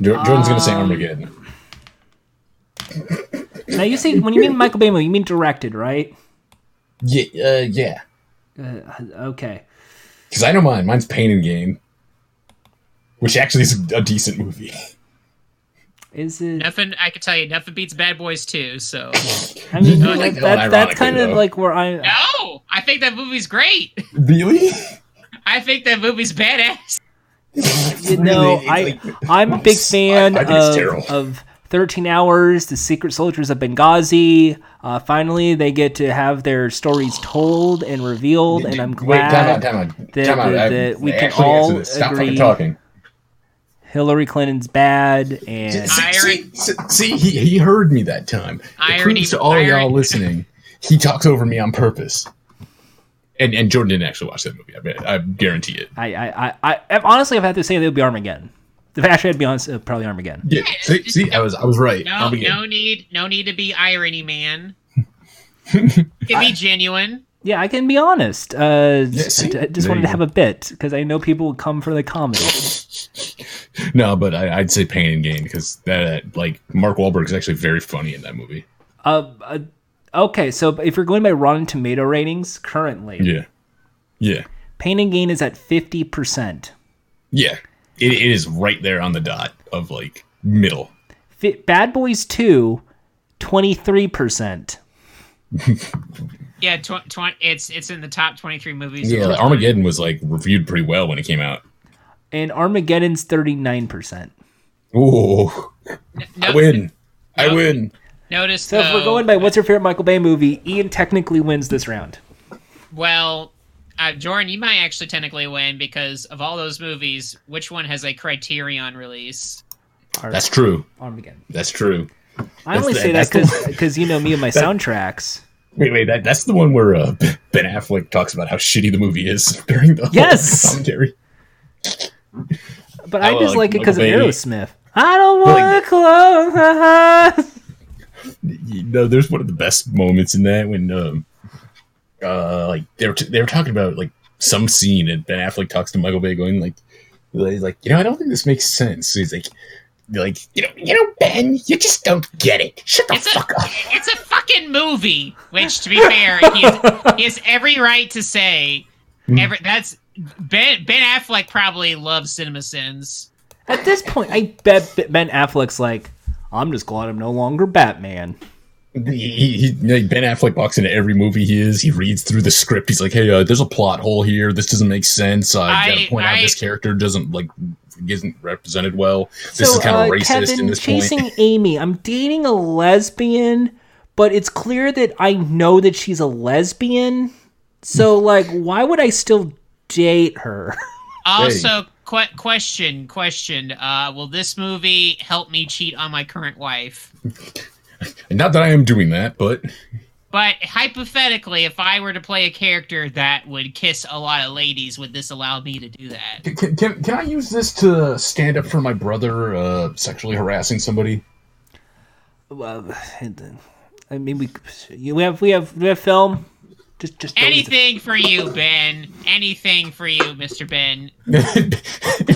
[SPEAKER 2] Jo- Jordan's gonna
[SPEAKER 3] Uh,
[SPEAKER 2] say Armageddon.
[SPEAKER 3] Now you say when you mean Michael Bay movie, you mean directed, right? Uh,
[SPEAKER 2] Yeah, uh, yeah.
[SPEAKER 3] Okay.
[SPEAKER 2] Because I know mine. Mine's Pain and Gain, which actually is a decent movie.
[SPEAKER 3] Is it?
[SPEAKER 1] Nothing I can tell you. Nothing beats Bad Boys Two. So
[SPEAKER 3] I mean,
[SPEAKER 2] No, I
[SPEAKER 3] that-
[SPEAKER 2] like that
[SPEAKER 3] that-
[SPEAKER 2] one
[SPEAKER 3] that's kind
[SPEAKER 2] ironically,
[SPEAKER 3] of
[SPEAKER 2] though.
[SPEAKER 3] like where I.
[SPEAKER 1] no, I think that movie's great.
[SPEAKER 2] Really?
[SPEAKER 1] I think that movie's badass.
[SPEAKER 3] You know,
[SPEAKER 2] Really,
[SPEAKER 3] I
[SPEAKER 2] like-
[SPEAKER 3] I'm a big
[SPEAKER 2] I-
[SPEAKER 3] fan
[SPEAKER 2] I think it's
[SPEAKER 3] of,
[SPEAKER 2] terrible.
[SPEAKER 3] of 13 Hours, The Secret Soldiers of Benghazi. Uh, finally, they get to have their stories told and revealed, and I'm
[SPEAKER 2] Wait, time out,
[SPEAKER 3] glad
[SPEAKER 2] time out,
[SPEAKER 3] that-
[SPEAKER 2] time out.
[SPEAKER 3] that-
[SPEAKER 2] I-
[SPEAKER 3] that we
[SPEAKER 2] I
[SPEAKER 3] can
[SPEAKER 2] actually
[SPEAKER 3] all
[SPEAKER 2] answer this. Stop
[SPEAKER 3] agree-
[SPEAKER 2] fucking talking.
[SPEAKER 3] Hillary Clinton's bad. And
[SPEAKER 2] See, see, see, see, he, he heard me that time. It
[SPEAKER 1] Irony-
[SPEAKER 2] proves to all y'all
[SPEAKER 1] irony.
[SPEAKER 2] listening, he talks over me on purpose. And and Jordan didn't actually watch that movie. I bet I guarantee it.
[SPEAKER 3] I, I, I, I I've- honestly, I've had to say they would be Armageddon. If Actually, I'd be honest, uh, probably Armageddon.
[SPEAKER 2] Yeah, see, see, I was I was right.
[SPEAKER 1] No,
[SPEAKER 2] I'll be good.
[SPEAKER 1] no need, no need to be irony, man. Can be genuine.
[SPEAKER 3] Yeah, I can be honest. Uh,
[SPEAKER 2] see?
[SPEAKER 3] I, I just
[SPEAKER 2] There you
[SPEAKER 3] wanted to have a bit because I know people would come for the comedy.
[SPEAKER 2] No, but I, I'd say Pain and Gain because that like Mark Wahlberg is actually very funny in that movie.
[SPEAKER 3] uh, uh, okay, so if you're going by Rotten Tomato ratings currently,
[SPEAKER 2] Yeah, yeah,
[SPEAKER 3] Pain and Gain is at fifty percent.
[SPEAKER 2] yeah. It, it is right there on the dot of like middle.
[SPEAKER 3] Bad Boys 2, 23 percent.
[SPEAKER 1] Yeah, tw- tw- it's it's in the top twenty three movies.
[SPEAKER 2] Yeah,
[SPEAKER 1] of all
[SPEAKER 2] like,
[SPEAKER 1] time.
[SPEAKER 2] Armageddon was like reviewed pretty well when it came out.
[SPEAKER 3] and Armageddon's thirty nine percent.
[SPEAKER 2] Ooh, I
[SPEAKER 1] No-
[SPEAKER 2] win. I win.
[SPEAKER 1] Notice
[SPEAKER 3] So if we're
[SPEAKER 1] though-
[SPEAKER 3] going by what's your favorite Michael Bay movie, Ian technically wins this round.
[SPEAKER 1] Well, uh, Jordan, you might actually technically win because of all those movies, which one has a Criterion release?
[SPEAKER 2] That's true.
[SPEAKER 3] Armageddon.
[SPEAKER 2] That's true.
[SPEAKER 3] I only
[SPEAKER 2] the-
[SPEAKER 3] say that
[SPEAKER 2] that's the
[SPEAKER 3] because you know me and my soundtracks.
[SPEAKER 2] Wait, wait, that, that's the one where uh, B- Ben Affleck talks about how shitty the movie is during the whole
[SPEAKER 3] Yes!
[SPEAKER 2] commentary.
[SPEAKER 3] But I
[SPEAKER 2] Oh,
[SPEAKER 3] just like it because of
[SPEAKER 2] Michael Bay.
[SPEAKER 3] Aerosmith. I don't
[SPEAKER 2] Like-
[SPEAKER 3] want to close my eyes.
[SPEAKER 2] You know, there's one of the best moments in that when, um, uh, like they were t- they were talking about like some scene and Ben Affleck talks to Michael Bay going like, he's like you know I don't think this makes sense. So he's like, like you know you know Ben, you just don't get it. Shut the
[SPEAKER 1] It's a
[SPEAKER 2] fuck up.
[SPEAKER 1] it's a fucking movie. Which, to be fair, he has, he has every right to say.
[SPEAKER 2] Hmm.
[SPEAKER 1] Every, that's Ben Ben Affleck probably loves CinemaSins.
[SPEAKER 3] At this point, I bet B- Ben Affleck's like, I'm just glad I'm no longer Batman.
[SPEAKER 2] He, he, he, like, ben Affleck walks into every movie he is. He reads through the script. He's like, "Hey, uh, there's a plot hole here. This doesn't make sense. I,
[SPEAKER 1] I-
[SPEAKER 2] gotta point out
[SPEAKER 1] I-
[SPEAKER 2] this character doesn't like isn't represented well. This is kind of
[SPEAKER 3] uh,
[SPEAKER 2] racist
[SPEAKER 3] Kevin,
[SPEAKER 2] in this
[SPEAKER 3] chasing
[SPEAKER 2] point."
[SPEAKER 3] Amy. I'm dating a lesbian, but it's clear that I know that she's a lesbian. So,
[SPEAKER 2] Hmm.
[SPEAKER 3] like, why would I still date her?
[SPEAKER 1] Also, que- question question: uh, Will this movie help me cheat on my current wife?
[SPEAKER 2] Not that I am doing that, but
[SPEAKER 1] But hypothetically, if I were to play a character that would kiss a lot of ladies, would this allow me to do that?
[SPEAKER 2] can, can, can I use this to stand up for my brother uh, sexually harassing somebody?
[SPEAKER 3] Well, I mean, we you- we have we have we have film. Just just don't-
[SPEAKER 1] Anything for you, Ben. Anything for you, Mr. Ben.
[SPEAKER 2] Michael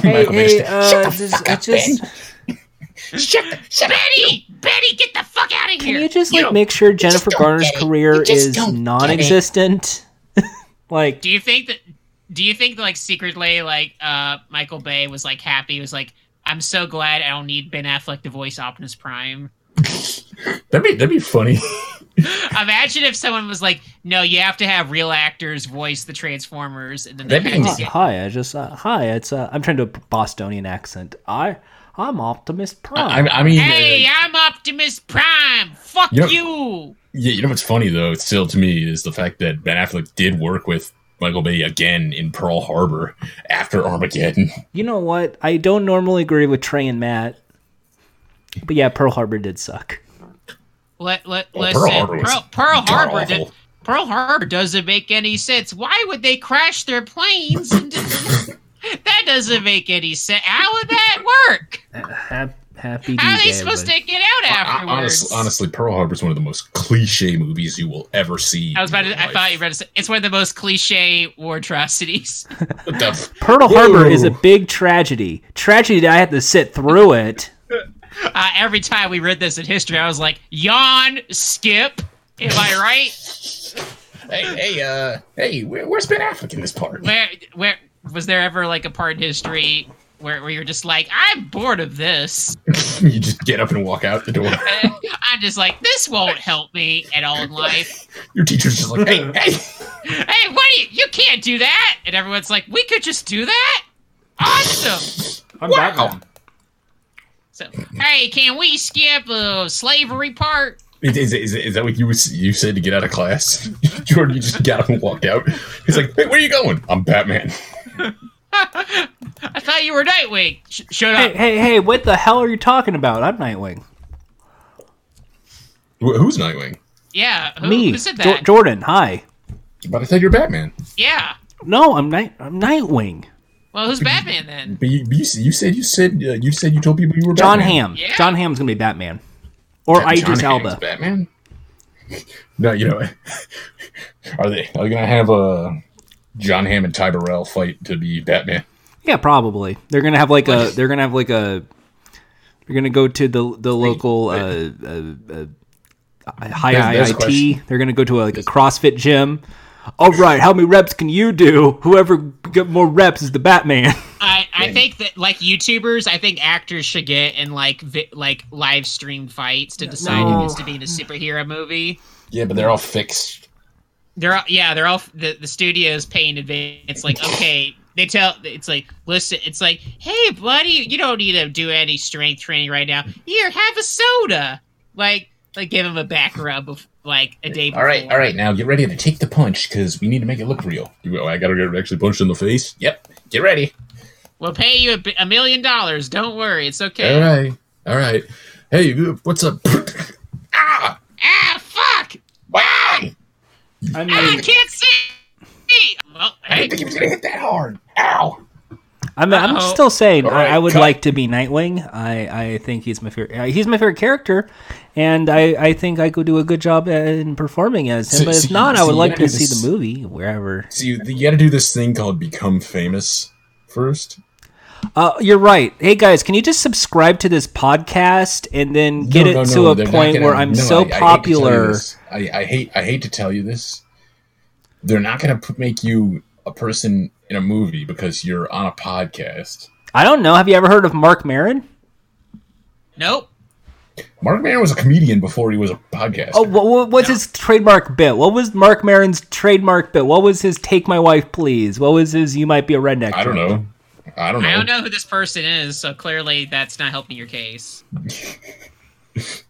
[SPEAKER 3] Hey,
[SPEAKER 2] Bay
[SPEAKER 3] hey,
[SPEAKER 2] just-
[SPEAKER 3] uh, this, I just
[SPEAKER 2] shut, the- shut up.
[SPEAKER 1] Betty! Betty, get the fuck out of
[SPEAKER 3] Can
[SPEAKER 1] here!
[SPEAKER 3] you just like
[SPEAKER 2] know,
[SPEAKER 3] make sure Jennifer
[SPEAKER 2] don't
[SPEAKER 3] Garner's
[SPEAKER 2] get it.
[SPEAKER 3] career
[SPEAKER 2] You just
[SPEAKER 3] is
[SPEAKER 2] don't get it.
[SPEAKER 3] non-existent? like,
[SPEAKER 1] do you think that do you think like secretly like uh Michael Bay was like happy, was like, I'm so glad I don't need Ben Affleck to voice Optimus Prime.
[SPEAKER 2] That'd be that'd be funny.
[SPEAKER 1] Imagine if someone was like, No, you have to have real actors voice the Transformers and then they
[SPEAKER 2] That
[SPEAKER 1] had to
[SPEAKER 2] means-
[SPEAKER 1] get-
[SPEAKER 3] hi, I just uh, hi. It's uh, I'm trying to do a Bostonian accent. I I'm Optimus
[SPEAKER 2] I,
[SPEAKER 3] Prime.
[SPEAKER 2] I mean, uh,
[SPEAKER 1] Hey, I'm Optimus Prime! Fuck
[SPEAKER 2] You know-
[SPEAKER 1] you!
[SPEAKER 2] Yeah, you know what's funny though, still to me, is the fact that Ben Affleck did work with Michael Bay again in Pearl Harbor after Armageddon.
[SPEAKER 3] you know what? I don't normally agree with Trey and Matt, but yeah, Pearl Harbor did suck.
[SPEAKER 1] Let, let,
[SPEAKER 2] Well,
[SPEAKER 1] listen,
[SPEAKER 2] Oh, Pearl Harbor was
[SPEAKER 1] Pearl, Pearl Harbor did,
[SPEAKER 2] god-awful.
[SPEAKER 1] Pearl Harbor doesn't make any sense. Why would they crash their planes? into- that doesn't make any sense. How would that work?
[SPEAKER 3] Hap- happy.
[SPEAKER 1] How are
[SPEAKER 3] D-Day,
[SPEAKER 1] they supposed
[SPEAKER 3] but-
[SPEAKER 1] to get out
[SPEAKER 2] I-
[SPEAKER 1] afterwards?
[SPEAKER 2] honestly, honestly, Pearl Harbor is one of the most cliche movies you will ever see.
[SPEAKER 1] I was about
[SPEAKER 2] in your
[SPEAKER 1] to, I
[SPEAKER 2] life.
[SPEAKER 1] thought you were about to say it's one of the most cliche war atrocities.
[SPEAKER 2] What the f-
[SPEAKER 3] Pearl Harbor
[SPEAKER 2] Whoa.
[SPEAKER 3] is a big tragedy. Tragedy that I had to sit through it.
[SPEAKER 1] Uh, every time we read this in history, I was like, yawn, skip. Am I right?
[SPEAKER 2] hey, hey, uh, hey, where, where's Ben Affleck in this part?
[SPEAKER 1] Where, where was there ever like a part in history where, where you're just like, I'm bored of this?
[SPEAKER 2] you just get up and walk out the door.
[SPEAKER 1] I'm just like, this won't help me at all in life.
[SPEAKER 2] Your teacher's just like, hey, hey,
[SPEAKER 1] Hey, what do you? You can't do that. And everyone's like, we could just do that. Awesome.
[SPEAKER 3] I'm
[SPEAKER 2] wow.
[SPEAKER 1] So, hey, can we skip uh, slavery part?
[SPEAKER 2] Is, is, is, is that what you was, you said to get out of class, Jordan? You just got up and walked out. He's like, "Hey, where are you going?" I'm Batman.
[SPEAKER 1] I thought you were Nightwing. Sh- shut
[SPEAKER 3] Hey,
[SPEAKER 1] up.
[SPEAKER 3] hey, hey! What the hell are you talking about? I'm Nightwing.
[SPEAKER 2] Wh- Who's Nightwing?
[SPEAKER 1] Yeah, who,
[SPEAKER 3] Me,
[SPEAKER 1] who said
[SPEAKER 3] Jo-
[SPEAKER 1] Oh, that?
[SPEAKER 3] Jordan. Hi.
[SPEAKER 2] But I thought you're Batman.
[SPEAKER 1] yeah.
[SPEAKER 3] No, I'm night. I'm Nightwing.
[SPEAKER 1] Well, who's Batman then?
[SPEAKER 2] But you, but you, s- you said you said uh, you said you told people you were
[SPEAKER 3] John
[SPEAKER 2] Batman.
[SPEAKER 3] Ham.
[SPEAKER 1] Yeah.
[SPEAKER 3] John Ham's gonna be Batman, or
[SPEAKER 2] John
[SPEAKER 3] Idris
[SPEAKER 2] Hamm's
[SPEAKER 3] Elba.
[SPEAKER 2] Batman. No, you know, are they are they gonna have uh, John Hamm and Ty Burrell fight to be Batman?
[SPEAKER 3] Yeah, probably. They're gonna have like a. They're gonna have like a. They're gonna go to the the local uh, uh, uh, high
[SPEAKER 2] There's- there's a
[SPEAKER 3] IIT. They're gonna go to a, like a CrossFit gym. All right, how many reps can you do? Whoever get more reps is the Batman.
[SPEAKER 1] I, I think that like YouTubers, I think actors should get in like vi- like live streamed fights to decide who
[SPEAKER 3] No.
[SPEAKER 1] gets to be in a superhero movie.
[SPEAKER 2] Yeah, but they're all fixed.
[SPEAKER 1] They're all, yeah, they're all the the studios pay in advance. It's like okay, they tell it's like listen, it's like hey buddy, you don't need to do any strength training right now. Here, have a soda. Like like give him a back rub of, like a day. Before.
[SPEAKER 2] All right, all right. Now get ready to take the punch because we need to make it look real. You go, I gotta get actually punched in the face. Yep. Get ready.
[SPEAKER 1] We'll pay you a, bi- a million dollars. Don't worry, it's okay.
[SPEAKER 2] All right. All right. Hey, you- what's up? ah!
[SPEAKER 1] Ah fuck!
[SPEAKER 2] Wow!
[SPEAKER 3] I
[SPEAKER 1] Ah, I
[SPEAKER 3] mean,
[SPEAKER 1] can't see. Well, hey,
[SPEAKER 2] I didn't think he was gonna hit that hard. Ow!
[SPEAKER 3] I'm, I'm
[SPEAKER 1] Uh-oh.
[SPEAKER 3] still saying
[SPEAKER 2] All right,
[SPEAKER 3] I, I would
[SPEAKER 2] cut.
[SPEAKER 3] like to be Nightwing. I, I think he's my favorite. Uh, he's my favorite character, and I, I think I could do a good job in performing as him.
[SPEAKER 2] See-
[SPEAKER 3] but if
[SPEAKER 2] see-
[SPEAKER 3] not, I
[SPEAKER 2] see,
[SPEAKER 3] would
[SPEAKER 2] you
[SPEAKER 3] like
[SPEAKER 2] gotta do
[SPEAKER 3] to see
[SPEAKER 2] this-
[SPEAKER 3] the movie wherever.
[SPEAKER 2] So you, you gotta do this thing called become famous first.
[SPEAKER 3] Uh, you're right. Hey guys, can you just subscribe to this podcast and then get
[SPEAKER 2] No,
[SPEAKER 3] it
[SPEAKER 2] no,
[SPEAKER 3] to
[SPEAKER 2] no,
[SPEAKER 3] a
[SPEAKER 2] they're not
[SPEAKER 3] point
[SPEAKER 2] gonna-
[SPEAKER 3] where I'm
[SPEAKER 2] no, I- I
[SPEAKER 3] so
[SPEAKER 2] hate to tell you
[SPEAKER 3] popular?
[SPEAKER 2] this. I, I hate I hate to tell you this. They're not gonna put, make you a person in a movie because you're on a podcast.
[SPEAKER 3] I don't know. Have you ever heard of Mark Maron?
[SPEAKER 1] nope.
[SPEAKER 2] Mark Maron was a comedian before he was a podcast.
[SPEAKER 3] Oh, what, what, what's his trademark bit? What was Mark Maron's trademark bit? What was his "Take My Wife, Please"? What was his "You Might Be a Redneck"?
[SPEAKER 2] I don't
[SPEAKER 3] joke?
[SPEAKER 2] know. I don't know.
[SPEAKER 1] I don't know who this person is, so clearly that's not helping your case.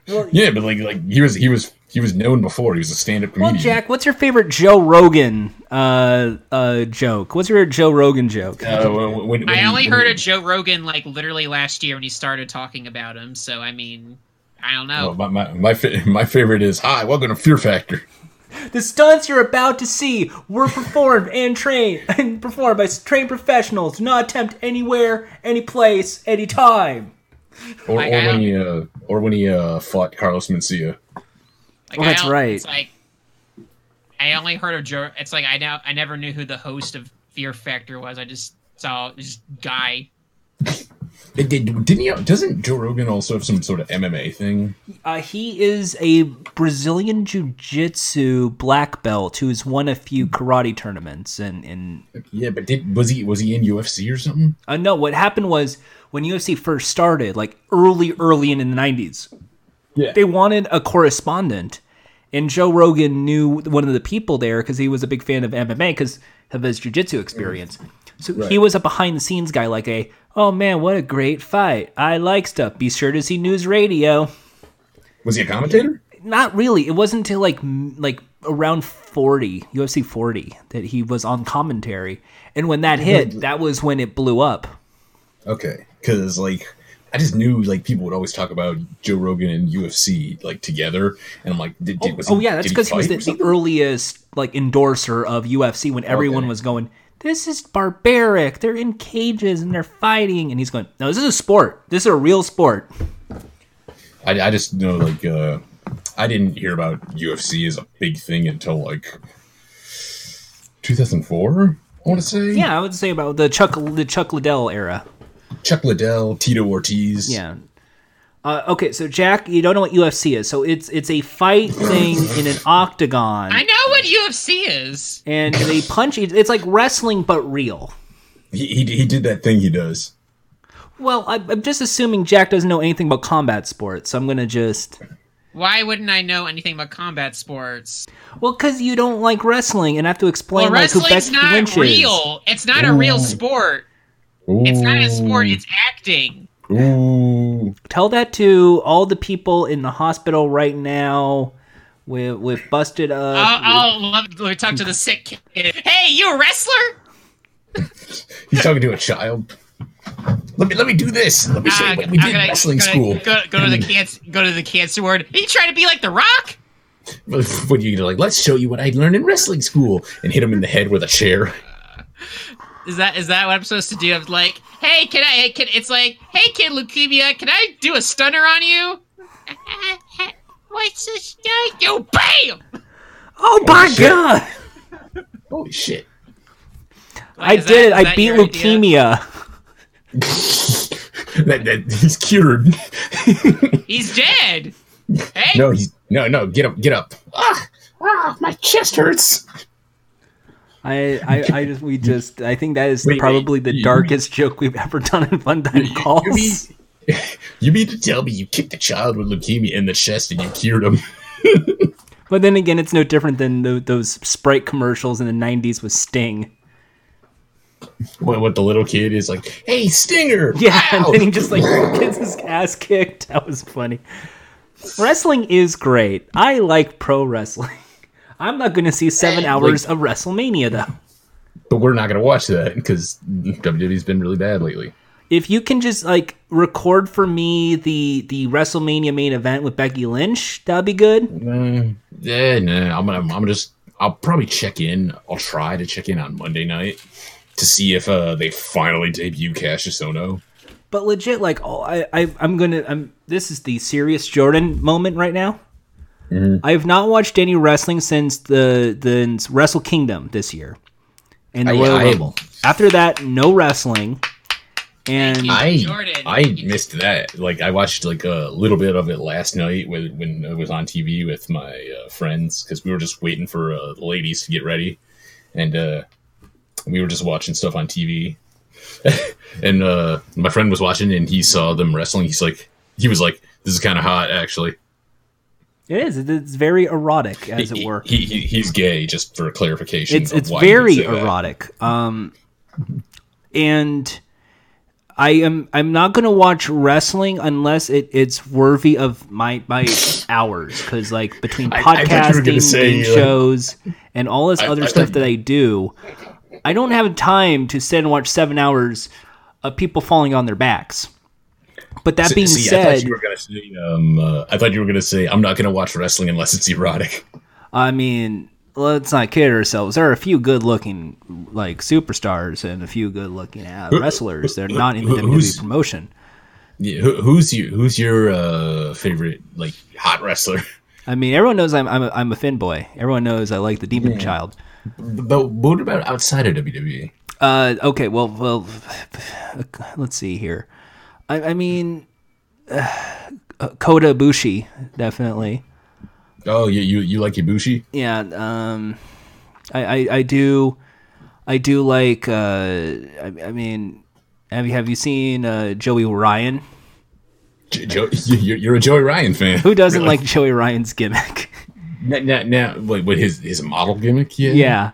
[SPEAKER 2] Yeah, but like like he was he was he was known before. He was a stand up
[SPEAKER 3] Well,
[SPEAKER 2] comedian.
[SPEAKER 3] Jack, what's your favorite Joe Rogan uh, uh, joke? What's your Joe Rogan joke?
[SPEAKER 2] Uh, when- when- when
[SPEAKER 1] I
[SPEAKER 2] he-
[SPEAKER 1] only
[SPEAKER 2] when
[SPEAKER 1] heard
[SPEAKER 2] he-
[SPEAKER 1] of Joe Rogan like literally last year when he started talking about him, so I mean, I don't know.
[SPEAKER 2] Oh, my my my, fa- my favorite is hi, welcome to Fear Factor.
[SPEAKER 3] The stunts you're about to see were performed and trained and performed by trained professionals. Do not attempt anywhere, any place, any time.
[SPEAKER 2] Or,
[SPEAKER 1] Like,
[SPEAKER 2] or
[SPEAKER 1] I
[SPEAKER 2] when he uh, or when he uh, fought Carlos Mencia.
[SPEAKER 1] Like,
[SPEAKER 3] well,
[SPEAKER 1] I
[SPEAKER 3] Oh, that's
[SPEAKER 1] don't-
[SPEAKER 3] right.
[SPEAKER 1] It's like I only heard of Joe. It's like I now I never knew who the host of Fear Factor was. I just saw this guy.
[SPEAKER 2] It did, didn't he? Doesn't Joe Rogan also have some sort of MMA thing?
[SPEAKER 3] Uh, he is a Brazilian jiu-jitsu black belt who's won a few karate tournaments and and
[SPEAKER 2] Yeah, but did was he was he in UFC or something?
[SPEAKER 3] Uh, no, what happened was when UFC first started, like early, early in the 90s,
[SPEAKER 2] Yeah.
[SPEAKER 3] they wanted a correspondent. And Joe Rogan knew one of the people there because he was a big fan of MMA because of his jiu-jitsu experience. So he was a behind-the-scenes guy, like a, oh man, what a great fight. I like stuff. Be sure to see news radio.
[SPEAKER 2] Was he a commentator?
[SPEAKER 3] Not really. It wasn't until like m- like around 40, UFC 40, that he was on commentary. And when that hit, that was when it blew up.
[SPEAKER 2] Okay, because like I just knew like people would always talk about Joe Rogan and UFC like together, and I'm like, did, did, was
[SPEAKER 3] Oh yeah, that's
[SPEAKER 2] did
[SPEAKER 3] because he was
[SPEAKER 2] fight
[SPEAKER 3] the,
[SPEAKER 2] or
[SPEAKER 3] the
[SPEAKER 2] something?
[SPEAKER 3] earliest like endorser of UFC when everyone
[SPEAKER 2] Okay.
[SPEAKER 3] was going, "This is barbaric. They're in cages and they're fighting," and he's going, "No, this is a sport. This is a real sport."
[SPEAKER 2] I, I just know like uh, I didn't hear about UFC as a big thing until like 2004. I want to say
[SPEAKER 3] Yeah, I would say about the Chuck the Chuck Liddell era.
[SPEAKER 2] Chuck Liddell, Tito Ortiz.
[SPEAKER 3] Yeah. Uh, okay, so Jack, you don't know what UFC is, so it's it's a fight thing in an octagon,
[SPEAKER 1] I know what UFC is.
[SPEAKER 3] and they punch. each- It's like wrestling but real.
[SPEAKER 2] he, he he did that thing he does.
[SPEAKER 3] Well, I, I'm just assuming Jack doesn't know anything about combat sports, so I'm gonna just
[SPEAKER 1] Why wouldn't I know anything about combat sports?
[SPEAKER 3] Well, because you don't like wrestling, and I have to explain
[SPEAKER 1] Well,
[SPEAKER 3] like who
[SPEAKER 1] wrestling's
[SPEAKER 3] Becky
[SPEAKER 1] not
[SPEAKER 3] Lynch is.
[SPEAKER 1] real. It's not a real
[SPEAKER 2] Ooh.
[SPEAKER 1] sport. It's not a sport. It's acting.
[SPEAKER 2] Ooh.
[SPEAKER 3] Tell that to all the people in the hospital right now with with busted up.
[SPEAKER 1] I'll, I'll Oh, love to talk to the sick kid. Hey, you a wrestler?
[SPEAKER 2] He's talking to a child. Let me let me do this. Let me show you
[SPEAKER 1] Ah,
[SPEAKER 2] what we
[SPEAKER 1] I'm
[SPEAKER 2] did in
[SPEAKER 1] gonna-
[SPEAKER 2] wrestling
[SPEAKER 1] gonna
[SPEAKER 2] school. Mm.
[SPEAKER 1] Go, go to the cancer. Go to the cancer ward. Are you trying to be like the Rock?
[SPEAKER 2] What you do, like? Let's show you what I learned in wrestling school, and hit him in the head with a chair.
[SPEAKER 1] Is that is that what I'm supposed to do? I'm like, hey, can I? Hey, can it's like, hey, kid leukemia, can I do a stunner on you? What's this guy? You bam!
[SPEAKER 3] oh my
[SPEAKER 2] shit.
[SPEAKER 3] god!
[SPEAKER 2] Holy shit!
[SPEAKER 3] I
[SPEAKER 1] Is that-
[SPEAKER 3] did
[SPEAKER 1] is
[SPEAKER 3] it. I
[SPEAKER 1] that
[SPEAKER 3] beat
[SPEAKER 1] your idea?
[SPEAKER 3] leukemia.
[SPEAKER 2] That, that he's cured.
[SPEAKER 1] He's dead. Hey,
[SPEAKER 2] No, he's no, no. Get up, get up. Ah, ah my chest hurts.
[SPEAKER 3] I, I, I just, we just, I think that is
[SPEAKER 2] Wait, wait,
[SPEAKER 3] probably the
[SPEAKER 2] you-
[SPEAKER 3] darkest joke we've ever done in one time
[SPEAKER 2] You mean,
[SPEAKER 3] calls.
[SPEAKER 2] you mean to tell me you kicked a child with leukemia in the chest and you cured him?
[SPEAKER 3] But then again, it's no different than tho- those Sprite commercials in the '90s with Sting.
[SPEAKER 2] What, what the little kid is like? Hey, Stinger!
[SPEAKER 3] Yeah,
[SPEAKER 2] Ow!"
[SPEAKER 3] and then he just like gets his ass kicked. That was funny. Wrestling is great. I like pro wrestling. I'm not going to see seven hours of WrestleMania though.
[SPEAKER 2] but we're not gonna watch that because WWE's been really bad lately.
[SPEAKER 3] If you can just like record for me the the WrestleMania main event with Becky Lynch, that'd be good.
[SPEAKER 2] Uh, yeah, no, I'm gonna, I'm gonna just, I'll probably check in. I'll try to check in on Monday night to see if uh, they finally debut Cassius Ohno.
[SPEAKER 3] But legit, like, oh, I, I, I'm gonna, I'm. This is the serious Jordan moment right now.
[SPEAKER 2] Mm-hmm.
[SPEAKER 3] I have not watched any wrestling since the the Wrestle Kingdom this year, and the
[SPEAKER 2] I-
[SPEAKER 3] Royal
[SPEAKER 2] I-
[SPEAKER 3] Rumble. After that, no wrestling, and
[SPEAKER 2] I
[SPEAKER 1] Jordan.
[SPEAKER 2] I missed that. Like I watched like a little bit of it last night when when it was on TV with my uh, friends because we were just waiting for uh, the ladies to get ready, and uh, we were just watching stuff on TV. and uh, my friend was watching and he saw them wrestling. He's like, he was like, "This is kind of hot, actually."
[SPEAKER 3] it is it's very erotic, as it
[SPEAKER 2] He-
[SPEAKER 3] were.
[SPEAKER 2] He, he he's gay, just for clarification.
[SPEAKER 3] It's
[SPEAKER 2] of
[SPEAKER 3] it's
[SPEAKER 2] why he would
[SPEAKER 3] very
[SPEAKER 2] say that.
[SPEAKER 3] erotic. Um, and I am I'm not gonna watch wrestling unless it, it's worthy of my my hours because like between
[SPEAKER 2] I- I thought you were
[SPEAKER 3] podcasting,
[SPEAKER 2] gonna say,
[SPEAKER 3] game
[SPEAKER 2] uh,
[SPEAKER 3] shows, and all this other
[SPEAKER 2] I
[SPEAKER 3] stuff
[SPEAKER 2] thought-
[SPEAKER 3] that I do, I don't have time to sit and watch seven hours of people falling on their backs. But that
[SPEAKER 2] See-
[SPEAKER 3] being
[SPEAKER 2] see, I
[SPEAKER 3] said,
[SPEAKER 2] thought you were gonna say, um, uh, I thought you were gonna say, I'm not gonna watch wrestling unless it's erotic.
[SPEAKER 3] I mean, let's not kid ourselves. There are a few good-looking like superstars and a few good-looking uh, wrestlers. They're not in the
[SPEAKER 2] Who- who's-
[SPEAKER 3] WWE promotion.
[SPEAKER 2] Yeah, who, who's you? Who's your uh, favorite like hot wrestler?
[SPEAKER 3] I mean, everyone knows I'm I'm a, I'm a Finn boy. Everyone knows I like the Demon Child.
[SPEAKER 2] But what about outside of WWE?
[SPEAKER 3] Uh, okay, well, well, let's see here. I, I mean, uh, Kota Ibushi definitely.
[SPEAKER 2] Oh, you you, you like Ibushi?
[SPEAKER 3] Yeah, um, I, I I do, I do like. Uh, I, I mean, have you have you seen uh, Joey Ryan?
[SPEAKER 2] J- Joe, you're, you're a Joey Ryan fan.
[SPEAKER 3] Who doesn't like Joey Ryan's gimmick?
[SPEAKER 2] now? now, now wait, what his his model gimmick? Yeah,
[SPEAKER 3] yeah.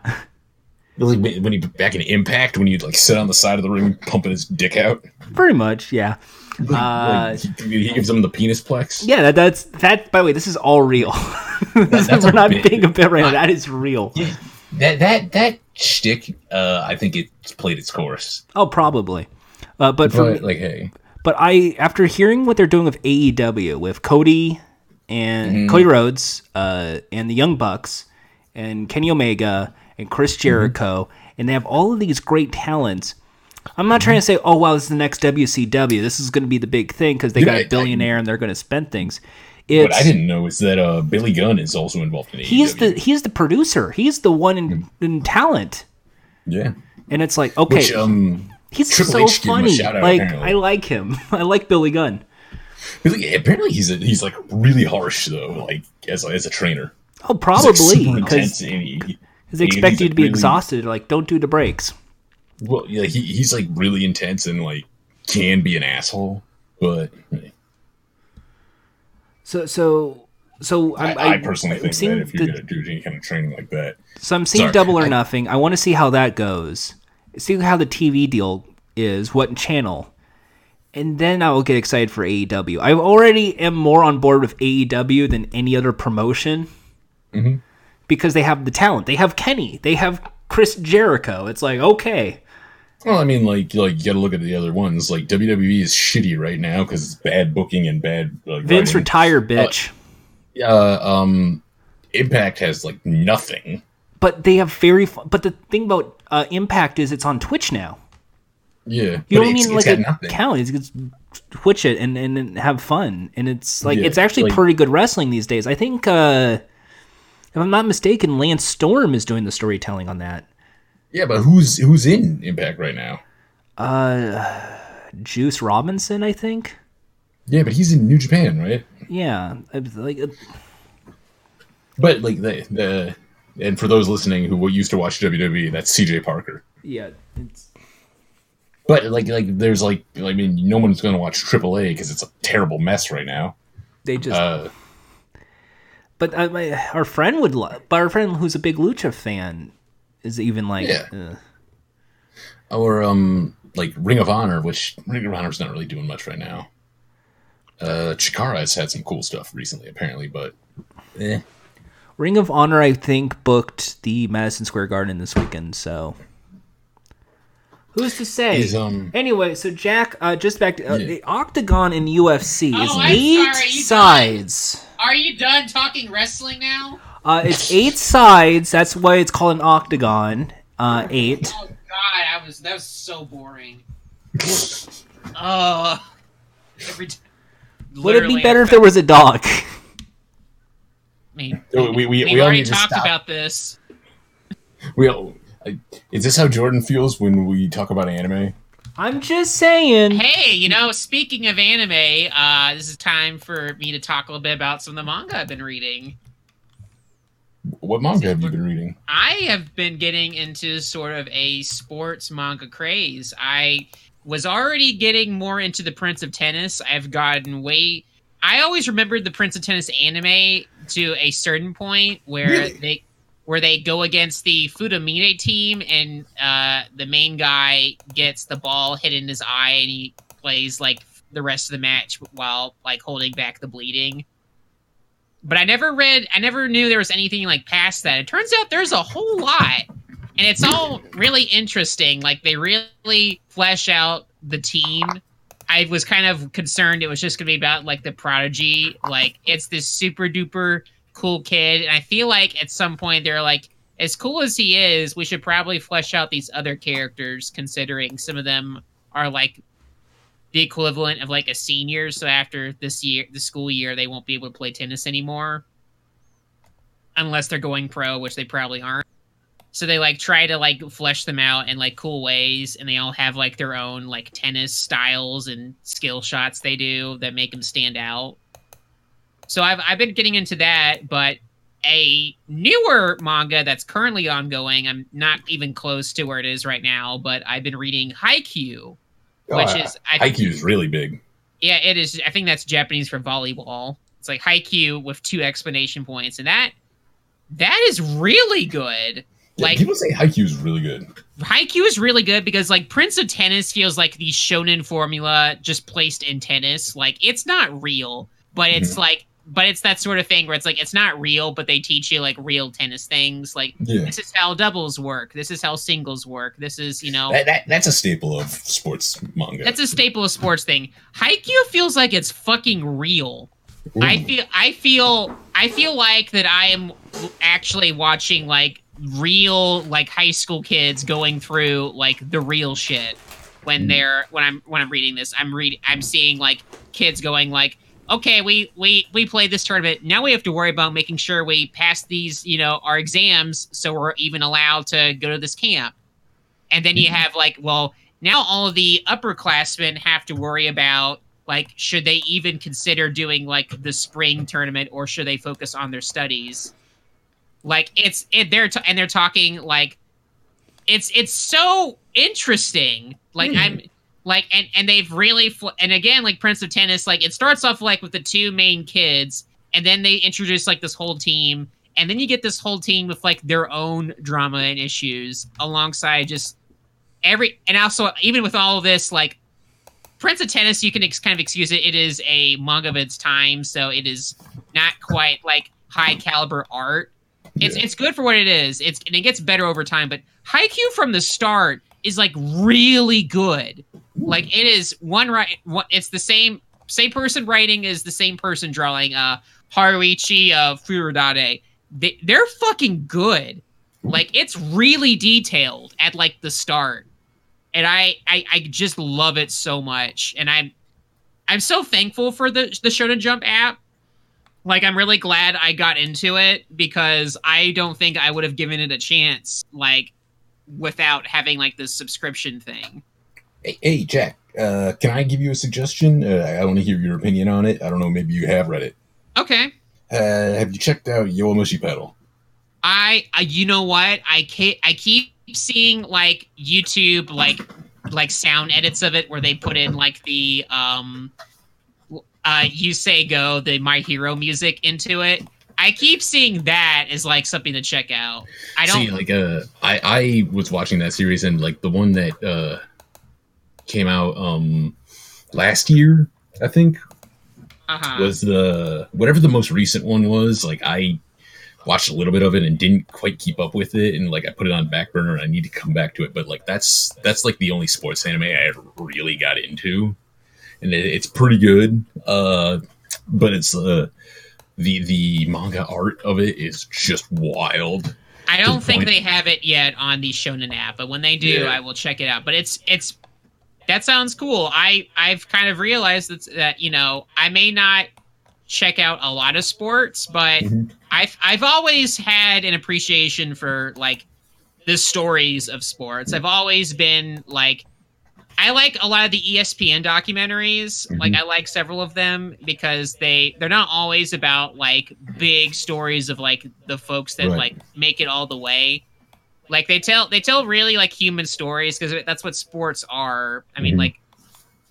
[SPEAKER 2] Like, when when he back in Impact, when you'd like sit on the side of the ring pumping his dick out,
[SPEAKER 3] Pretty much, yeah. Uh,
[SPEAKER 2] Like, he, he gives them the penis plex.
[SPEAKER 3] Yeah, that, that's that by the way, this is all real. This is-
[SPEAKER 2] that's
[SPEAKER 3] We're
[SPEAKER 2] a
[SPEAKER 3] not
[SPEAKER 2] bit.
[SPEAKER 3] being a bit right now. That is real.
[SPEAKER 2] That that that shtick, uh, I think it's played its course.
[SPEAKER 3] Oh, probably. Uh, but for
[SPEAKER 2] But
[SPEAKER 3] me,
[SPEAKER 2] like, hey,
[SPEAKER 3] but I after hearing what they're doing with AEW with Cody and
[SPEAKER 2] Mm-hmm.
[SPEAKER 3] Cody Rhodes uh, and the Young Bucks and Kenny Omega and Chris
[SPEAKER 2] Mm-hmm.
[SPEAKER 3] Jericho and they have all of these great talents. I'm
[SPEAKER 2] Mm-hmm.
[SPEAKER 3] not trying to say, oh wow, this is the next WCW. This is going to be the big thing because they
[SPEAKER 2] Dude,
[SPEAKER 3] got
[SPEAKER 2] I-
[SPEAKER 3] a
[SPEAKER 2] I-
[SPEAKER 3] billionaire and they're going to spend things.
[SPEAKER 2] what
[SPEAKER 3] It's,
[SPEAKER 2] I didn't know E is that uh, Billy Gunn is also involved in AEW.
[SPEAKER 3] he's the he's the producer. He's the one in, in talent,
[SPEAKER 2] yeah.
[SPEAKER 3] and it's like okay,
[SPEAKER 2] Mm-hmm. Which um,
[SPEAKER 3] he's
[SPEAKER 2] Triple
[SPEAKER 3] so
[SPEAKER 2] H gave him a
[SPEAKER 3] funny.
[SPEAKER 2] shout-out,
[SPEAKER 3] like
[SPEAKER 2] apparently.
[SPEAKER 3] I like him. I like Billy Gunn.
[SPEAKER 2] Really, apparently he's a, he's like really harsh though, like as a, as a trainer.
[SPEAKER 3] Oh,
[SPEAKER 2] He's, like, super
[SPEAKER 3] probably
[SPEAKER 2] intense
[SPEAKER 3] because
[SPEAKER 2] and he-
[SPEAKER 3] they
[SPEAKER 2] and
[SPEAKER 3] expect
[SPEAKER 2] he's,
[SPEAKER 3] you
[SPEAKER 2] like,
[SPEAKER 3] to be
[SPEAKER 2] really-
[SPEAKER 3] exhausted. Like don't do the breaks.
[SPEAKER 2] Well, yeah, he, he's like really intense and like can be an asshole, but
[SPEAKER 3] So so so
[SPEAKER 2] I,
[SPEAKER 3] I'm,
[SPEAKER 2] I,
[SPEAKER 3] I-
[SPEAKER 2] personally
[SPEAKER 3] I'm
[SPEAKER 2] think
[SPEAKER 3] seeing
[SPEAKER 2] that if you're
[SPEAKER 3] the-
[SPEAKER 2] gonna do any kind of training like that,
[SPEAKER 3] so I'm seeing
[SPEAKER 2] Sorry,
[SPEAKER 3] Double or
[SPEAKER 2] I-
[SPEAKER 3] Nothing. I want to see how that goes. See how the TV deal is. What channel. and then I will get excited for AEW. I already am more on board with AEW than any other promotion
[SPEAKER 2] Mm-hmm.
[SPEAKER 3] because they have the talent. They have Kenny. They have Chris Jericho. It's like okay,
[SPEAKER 2] Well, I mean, like, like you got to look at the other ones. Like WWE is shitty right now because it's bad booking and bad. Like,
[SPEAKER 3] Vince
[SPEAKER 2] writing.
[SPEAKER 3] retire, bitch.
[SPEAKER 2] uh, um, Impact has like nothing.
[SPEAKER 3] but they have very. Fun, but the thing about uh, Impact is it's on Twitch now.
[SPEAKER 2] Yeah, but
[SPEAKER 3] You don't
[SPEAKER 2] it's-
[SPEAKER 3] need
[SPEAKER 2] it's
[SPEAKER 3] like
[SPEAKER 2] got
[SPEAKER 3] a count. It's just twitch it and, and and have fun. And it's like
[SPEAKER 2] Yeah,
[SPEAKER 3] it's actually
[SPEAKER 2] like-
[SPEAKER 3] pretty good wrestling these days. I think uh if I'm not mistaken, Lance Storm is doing the storytelling on that.
[SPEAKER 2] Yeah, but who's who's in Impact right now?
[SPEAKER 3] Juice Robinson, I think.
[SPEAKER 2] Yeah, but he's in New Japan, right?
[SPEAKER 3] Yeah, it's like uh,
[SPEAKER 2] But like the the and for those listening who used to watch WWE, that's CJ Parker.
[SPEAKER 3] yeah, it's
[SPEAKER 2] But like like there's like I mean no one's gonna watch AAA because it's a terrible mess right now.
[SPEAKER 3] they just.
[SPEAKER 2] Uh,
[SPEAKER 3] but I, my, our friend would love. But our friend who's a big lucha fan is even like.
[SPEAKER 2] Yeah.
[SPEAKER 3] uh,
[SPEAKER 2] or um like Ring of Honor, which Ring of Honor's not really doing much right now. Uh, Chikara has had some cool stuff recently, apparently, but eh.
[SPEAKER 3] Ring of Honor, I think, booked the Madison Square Garden this weekend, so. Who's to say?
[SPEAKER 2] He's, um-
[SPEAKER 3] anyway, so Jack, uh, just back to uh,
[SPEAKER 2] Yeah.
[SPEAKER 3] the Octagon in UFC is
[SPEAKER 1] Oh, I'm
[SPEAKER 3] eight
[SPEAKER 1] sorry, you
[SPEAKER 3] sides.
[SPEAKER 1] Are you done talking wrestling now?
[SPEAKER 3] Uh, it's eight sides. That's why it's called an Octagon. Uh, eight.
[SPEAKER 1] Oh God, I was that was so boring. Oh, every t-
[SPEAKER 3] Would it be
[SPEAKER 1] literally,
[SPEAKER 3] better if there was a dog?
[SPEAKER 1] I mean,
[SPEAKER 2] we we, we,
[SPEAKER 1] we've
[SPEAKER 2] we all
[SPEAKER 1] already
[SPEAKER 2] need to
[SPEAKER 1] talked
[SPEAKER 2] stop.
[SPEAKER 1] about this.
[SPEAKER 2] we all, I- is this how Jordan feels when we talk about anime?
[SPEAKER 3] I'm just saying.
[SPEAKER 1] Hey, you know, speaking of anime, uh, this is time for me to talk a little bit about some of the manga I've been reading.
[SPEAKER 2] What manga have you been reading?
[SPEAKER 1] I have been getting into sort of a sports manga craze. I was already getting more into the Prince of Tennis. I've gotten way. I always remembered the Prince of Tennis anime to a certain point where
[SPEAKER 2] Really?
[SPEAKER 1] they where they go against the Futamine team and uh, the main guy gets the ball hit in his eye and he plays like the rest of the match while like holding back the bleeding. But I never read, I never knew there was anything like past that. It turns out there's a whole lot, and it's all really interesting. Like they really flesh out the team. I was kind of concerned it was just gonna be about like the prodigy. Like it's this super duper cool kid, and I feel like at some point they're like, as cool as he is, we should probably flesh out these other characters, considering some of them are like the equivalent of like a senior. So after this year, the school year, they won't be able to play tennis anymore, unless they're going pro, which they probably aren't. So they like try to like flesh them out in like cool ways, and they all have like their own like tennis styles and skill shots they do that make them stand out. So I've I've been getting into that, but a newer manga that's currently ongoing. I'm not even close to where it is right now, but I've been reading Haikyuu,
[SPEAKER 2] Oh,
[SPEAKER 1] which is I
[SPEAKER 2] IQ is really big.
[SPEAKER 1] yeah, it is. I think that's Japanese for volleyball. It's like haiku with two explanation points, and that that is really good.
[SPEAKER 2] Yeah,
[SPEAKER 1] Like
[SPEAKER 2] people say IQ is really good.
[SPEAKER 1] haiku is really good because like Prince of Tennis feels like the shonen formula just placed in tennis. Like it's not real, but it's like but it's that sort of thing where it's like it's not real, but they teach you like real tennis things. Like
[SPEAKER 2] Yeah,
[SPEAKER 1] this is how doubles work. This is how singles work. This is you know
[SPEAKER 2] that, that that's a staple of sports manga.
[SPEAKER 1] Oh. that's a staple of sports thing. Haikyuu feels like it's fucking real.
[SPEAKER 2] Ooh.
[SPEAKER 1] I feel I feel I feel like that I am actually watching like real like high school kids going through like the real shit when they're when I'm when I'm reading this. I'm read I'm seeing like kids going like okay, we we we played this tournament. Now we have to worry about making sure we pass these, you know, our exams so we're even allowed to go to this camp. And then you have like, well, now all of the upperclassmen have to worry about like should they even consider doing like the spring tournament or should they focus on their studies? Like it's it they're t- and they're talking like it's it's so interesting. Like I'm like and and they've really fl- and again like Prince of Tennis like it starts off like with the two main kids and then they introduce like this whole team and then you get this whole team with like their own drama and issues alongside just every and also even with all of this like Prince of Tennis, you can ex- kind of excuse it. It is a manga of its time, so it is not quite like high caliber art. It's
[SPEAKER 2] Yeah.
[SPEAKER 1] it's good for what it is. It's and it gets better over time. But Haikyuu from the start is like really good. Like it is one right. One, it's the same same person writing is the same person drawing. Uh, Haruichi of Furudate. They, they're fucking good. Like it's really detailed at like the start and I, I I just love it so much, and I'm I'm so thankful for the the Shonen Jump app. Like I'm really glad I got into it because I don't think I would have given it a chance like without having like this subscription thing.
[SPEAKER 2] Hey, hey Jack, uh, can I give you a suggestion? Uh, I want to hear your opinion on it. I don't know. Maybe you have read it.
[SPEAKER 1] Okay,
[SPEAKER 2] Uh, have you checked out Yoamushi Pedal?
[SPEAKER 1] I, I you know what I can I keep seeing like YouTube like like sound edits of it where they put in like the um uh you say go the my hero music into it. I keep seeing that as like something to check out. I don't
[SPEAKER 2] see like uh I I was watching that series and like the one that uh came out um last year I think
[SPEAKER 1] uh-huh.
[SPEAKER 2] was the whatever the most recent one was like I watched a little bit of it and didn't quite keep up with it and like I put it on back burner and I need to come back to it but like that's that's like the only sports anime I ever really got into and it, it's pretty good uh but it's uh the the manga art of it is just wild
[SPEAKER 1] I don't
[SPEAKER 2] good
[SPEAKER 1] think
[SPEAKER 2] point.
[SPEAKER 1] they have it yet on the Shonen app, but when they do,
[SPEAKER 2] Yeah.
[SPEAKER 1] I will check it out. But it's it's that sounds cool. I I've kind of realized that that you know I may not check out a lot of sports, but
[SPEAKER 2] Mhm.
[SPEAKER 1] I've I've always had an appreciation for like the stories of sports. I've always been like I like a lot of the E ESPN documentaries. Like I like several of them because they they're not always about like big stories of like the folks that
[SPEAKER 2] Right.
[SPEAKER 1] like make it all the way. Like they tell they tell really like human stories because that's what sports are. I mean
[SPEAKER 2] Mhm.
[SPEAKER 1] like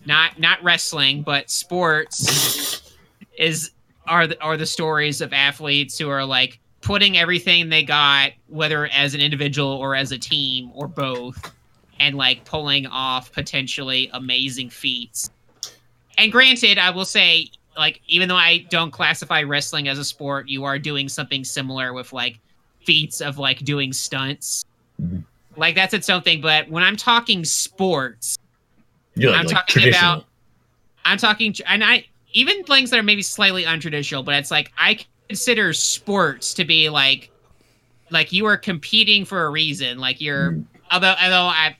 [SPEAKER 1] not not wrestling, but sports is are the, are the stories of athletes who are like putting everything they got, whether as an individual or as a team or both, and like pulling off potentially amazing feats. And granted, I will say, like, even though I don't classify wrestling as a sport, you are doing something similar with like feats of like doing stunts.
[SPEAKER 2] Mhm.
[SPEAKER 1] Like that's its own thing, but when I'm talking sports,
[SPEAKER 2] yeah
[SPEAKER 1] I'm talking about- I'm talking, and I even things that are maybe slightly untraditional, but it's like I consider sports to be like, like you are competing for a reason. Like you're, although although I,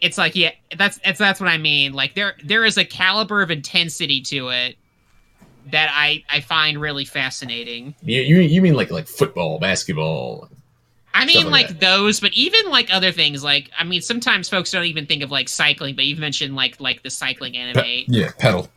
[SPEAKER 1] it's like yeah, that's that's that's what I mean. Like there there is a caliber of intensity to it that I I find really fascinating.
[SPEAKER 2] You, you, you mean like like football, basketball?
[SPEAKER 1] I
[SPEAKER 2] Stuff
[SPEAKER 1] mean,
[SPEAKER 2] like
[SPEAKER 1] like those, but even like other things. Like, I mean, sometimes folks don't even think of like cycling, but you've mentioned like like the cycling anime.
[SPEAKER 2] Pe- yeah, pedal.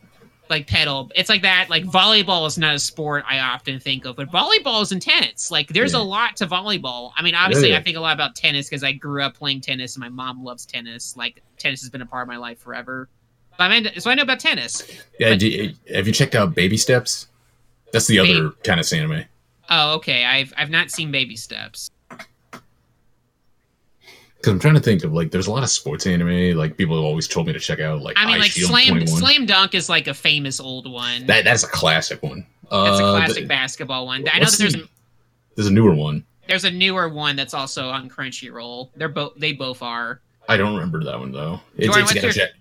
[SPEAKER 1] like pedal. It's like that. Like volleyball is not a sport I often think of, but volleyball is intense. Like there's a
[SPEAKER 2] Yeah.
[SPEAKER 1] lot to volleyball. I mean, obviously,
[SPEAKER 2] yeah.
[SPEAKER 1] I think a lot about tennis because I grew up playing tennis, and my mom loves tennis. Like tennis has been a part of my life forever. But I mean, so I know about tennis.
[SPEAKER 2] Yeah, do, have you checked out Baby Steps? That's the
[SPEAKER 1] Baby-
[SPEAKER 2] other kind of anime.
[SPEAKER 1] Oh, okay. I've I've not seen baby steps.
[SPEAKER 2] Because I'm trying to think of like, there's a lot of sports anime. Like people have always told me to check out. Like
[SPEAKER 1] I mean,
[SPEAKER 2] Ice
[SPEAKER 1] like
[SPEAKER 2] Shield
[SPEAKER 1] slam
[SPEAKER 2] 21.
[SPEAKER 1] slam dunk is like a famous old one.
[SPEAKER 2] That that's a classic one.
[SPEAKER 1] that's a
[SPEAKER 2] Uh,
[SPEAKER 1] classic
[SPEAKER 2] th-
[SPEAKER 1] basketball one. I know
[SPEAKER 2] what's
[SPEAKER 1] that there's
[SPEAKER 2] the- there's a newer one.
[SPEAKER 1] there's a newer one that's also on Crunchyroll. They're both they both are.
[SPEAKER 2] I don't remember that one though. It's,
[SPEAKER 1] Jordan,
[SPEAKER 2] it's got
[SPEAKER 1] what's
[SPEAKER 2] a
[SPEAKER 1] your-
[SPEAKER 2] ja-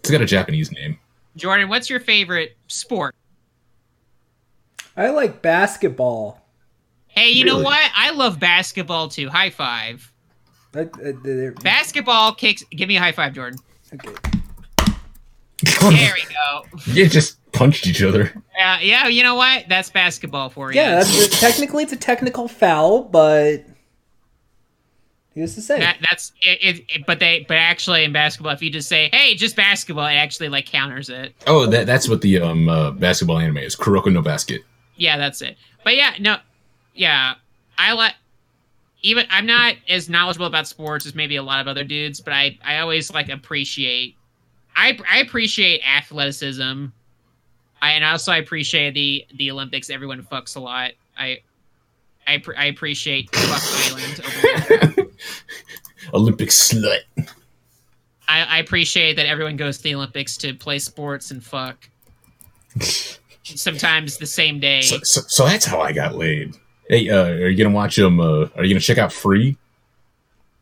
[SPEAKER 2] it's got a Japanese name.
[SPEAKER 1] Jordan, what's your favorite sport?
[SPEAKER 3] I like basketball.
[SPEAKER 1] Hey, you know
[SPEAKER 2] Really?
[SPEAKER 1] what? I love basketball too. High five.
[SPEAKER 3] That, that- that-
[SPEAKER 1] Basketball kicks. Give me a high five, Jordan.
[SPEAKER 3] okay.
[SPEAKER 1] There we go.
[SPEAKER 2] yeah, just punched each other.
[SPEAKER 1] Uh, yeah, you know what? That's basketball for you.
[SPEAKER 3] Yeah, that's, technically it's a technical foul, but who's to say?
[SPEAKER 1] That, that's it, it, it- But they, but actually, in basketball, if you just say, "Hey, just basketball," it actually like counters it.
[SPEAKER 2] Oh, that that's what the um uh, basketball anime is. Kuroko no Basket.
[SPEAKER 1] Yeah, that's it. But yeah, no, yeah, I like. Even I'm not as knowledgeable about sports as maybe a lot of other dudes, but I I always like appreciate. I I appreciate athleticism. I and also I appreciate the the Olympics. Everyone fucks a lot. I. I, pr- I appreciate Fuck Island. Over there.
[SPEAKER 2] Olympic slut.
[SPEAKER 1] I, I appreciate that everyone goes to the Olympics to play sports and fuck. Sometimes the same day.
[SPEAKER 2] So, so, so that's how I got laid. Hey, uh, are you gonna watch um? Uh, are you gonna check out Free?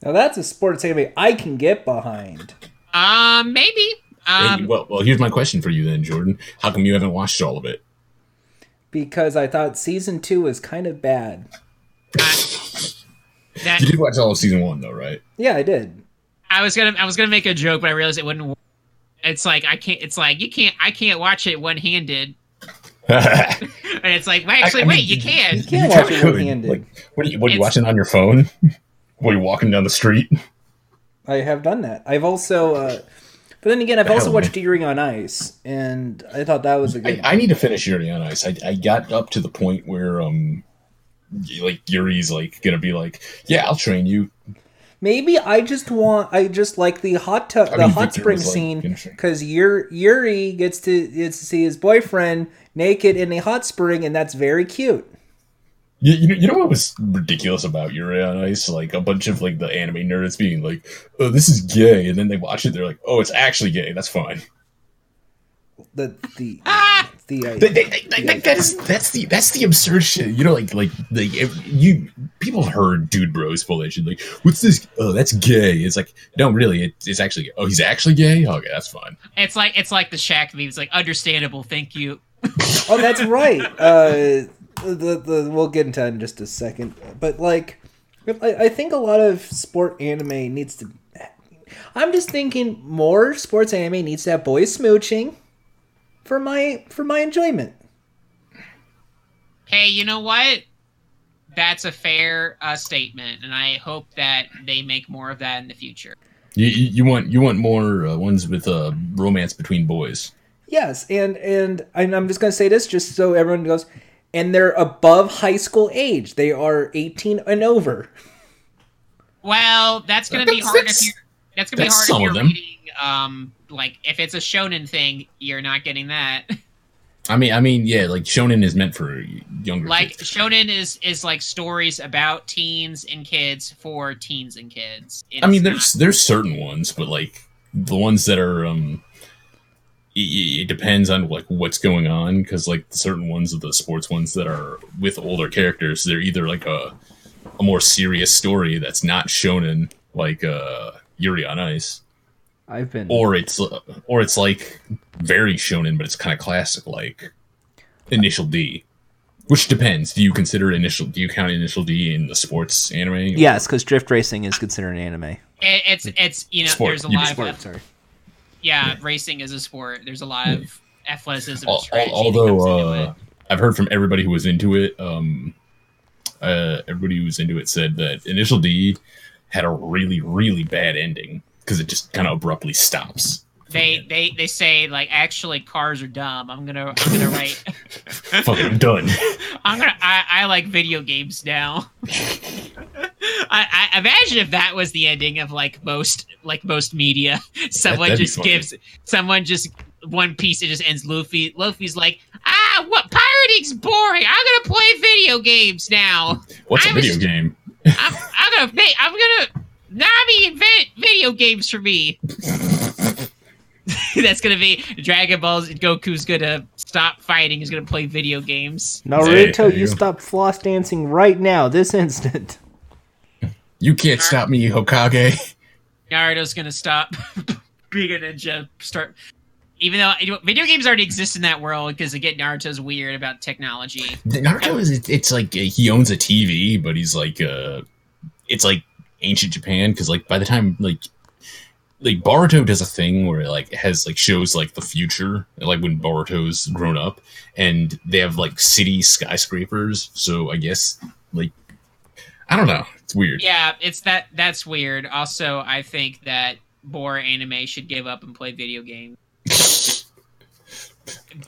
[SPEAKER 4] Now that's a sports anime I can get behind.
[SPEAKER 1] Um, maybe.
[SPEAKER 2] And-
[SPEAKER 1] Um,
[SPEAKER 2] well, well, here's my question for you then, Jordan. How come you haven't watched all of it?
[SPEAKER 4] Because I thought season two was kind of bad.
[SPEAKER 1] that
[SPEAKER 2] You did watch all of season one though, right?
[SPEAKER 4] Yeah, I did.
[SPEAKER 1] I was gonna I was gonna make a joke, but I realized it wouldn't. work. It's like I can't. It's like you can't. I can't watch it one handed.
[SPEAKER 2] Actually,
[SPEAKER 1] And it's like well, actually, wait, you can.
[SPEAKER 4] can't watch it one-handed.
[SPEAKER 2] Like, what are you, what are you
[SPEAKER 1] It's-
[SPEAKER 2] watching on your phone? What are you walking down the street?
[SPEAKER 4] I have done that. I've also, uh, but then again, I've also
[SPEAKER 2] Hell,
[SPEAKER 4] watched Erie on Ice, and I thought that was a good.
[SPEAKER 2] I, I need to finish Yuri on Ice. I, I got up to the point where um, y- like Yuri's like gonna be like, yeah, I'll train you.
[SPEAKER 4] Maybe I just want. I just like the hot tub,
[SPEAKER 2] I
[SPEAKER 4] the
[SPEAKER 2] mean,
[SPEAKER 4] hot
[SPEAKER 2] Victor
[SPEAKER 4] spring
[SPEAKER 2] was, like,
[SPEAKER 4] scene,
[SPEAKER 2] finishing.
[SPEAKER 4] because Yuri gets to gets to see his boyfriend naked in a hot spring, and that's very cute.
[SPEAKER 2] You, you, know, you know what was ridiculous about Yuri on Ice? Like a bunch of like the anime nerds being like, oh, this is gay, and then they watch it, they're like, oh, it's actually gay. That's fine.
[SPEAKER 4] The the
[SPEAKER 1] Ah!
[SPEAKER 4] the. Uh,
[SPEAKER 2] Th- th- th- th- th- that is that's the that's the absurd shit. You know, like like like if you people have heard dude bros pull that shit. Like, what's this? Oh, that's gay. It's like no, really, it, it's actually. Oh, he's actually gay. Okay, that's fine.
[SPEAKER 1] It's like it's like the Shaq meme. It's like understandable. Thank you.
[SPEAKER 4] oh, that's right. Uh, the, the we'll get into that in just a second, but like, I, I think a lot of sport anime needs to. I'm just thinking more sports anime needs to have boys smooching, for my for my enjoyment.
[SPEAKER 1] Hey, you know what? That's a fair uh, statement, and I hope that they make more of that in the future.
[SPEAKER 2] You you, you want you want more uh, ones with uh, romance between boys.
[SPEAKER 4] Yes, and and and I'm just gonna say this just so everyone goes, and they're above high school age. They are 18 and over.
[SPEAKER 1] Well, that's gonna be
[SPEAKER 2] That's-
[SPEAKER 1] hard if
[SPEAKER 2] that's-
[SPEAKER 1] you're. That's gonna be hard if
[SPEAKER 2] that's some of
[SPEAKER 1] you're
[SPEAKER 2] them.
[SPEAKER 1] reading. Um, like if it's a shonen thing, you're not getting that.
[SPEAKER 2] I mean, I mean, yeah, like shonen is meant for younger.
[SPEAKER 1] like
[SPEAKER 2] kids.
[SPEAKER 1] shonen is is like stories about teens and kids for teens and kids. It's
[SPEAKER 2] I mean,
[SPEAKER 1] not-
[SPEAKER 2] there's there's certain ones, but like the ones that are um, it- it, it depends on like what's going on because like certain ones of the sports ones that are with older characters, they're either like a a more serious story that's not shonen, like uh Yuri on Ice,
[SPEAKER 3] I've been.
[SPEAKER 2] or it's uh, or it's like very shonen, but it's kind of classic, like Initial D. Which depends. Do you consider initial? Do you count initial D in the sports anime?
[SPEAKER 3] Yes, because drift racing is considered anime.
[SPEAKER 1] it, it's it's you know
[SPEAKER 2] Sport.
[SPEAKER 1] there's a
[SPEAKER 2] You mean
[SPEAKER 1] lot
[SPEAKER 3] Sport,
[SPEAKER 1] of
[SPEAKER 3] sorry.
[SPEAKER 1] yeah, racing is a sport. There's a lot of athleticism.
[SPEAKER 2] Al-
[SPEAKER 1] and
[SPEAKER 2] al-
[SPEAKER 1] strategy that
[SPEAKER 2] although
[SPEAKER 1] comes into it.
[SPEAKER 2] uh, I've heard from everybody who was into it, um, uh, everybody who was into it said that Initial D had a really, really bad ending because it just kind of abruptly stops.
[SPEAKER 1] they they they say like actually cars are dumb. I'm gonna I'm gonna write.
[SPEAKER 2] Fucking, I'm done.
[SPEAKER 1] I'm gonna I, I like video games now. I, I imagine if that was the ending of like most like most media, someone
[SPEAKER 2] that'd be
[SPEAKER 1] just
[SPEAKER 2] funny.
[SPEAKER 1] gives someone just one piece. It just ends. Luffy Luffy's like ah what pirating's boring. I'm gonna play video games now.
[SPEAKER 2] What's
[SPEAKER 1] I
[SPEAKER 2] a
[SPEAKER 1] was-
[SPEAKER 2] video game?
[SPEAKER 1] I'm I'm gonna make, I'm gonna Nami invent video games for me. That's gonna be Dragon Ball's Goku's gonna stop fighting. He's gonna play video games.
[SPEAKER 2] Hey,
[SPEAKER 3] Naruto,
[SPEAKER 2] there
[SPEAKER 3] you
[SPEAKER 2] you go.
[SPEAKER 3] stop floss dancing right now, this instant.
[SPEAKER 2] You can't stop me, Hokage.
[SPEAKER 1] Naruto's gonna stop being a ninja. Start, even though you know, video games already exist in that world because again, Naruto's weird about technology.
[SPEAKER 2] Naruto is it's like uh, he owns a TV, but he's like uh, it's like ancient Japan because like by the time like like Boruto does a thing where it like has like shows like the future, like when Boruto's grown up, and they have like city skyscrapers. So I guess like I don't know, it's weird.
[SPEAKER 1] Yeah, it's that. That's weird. Also, I think that more anime should give up and play video games.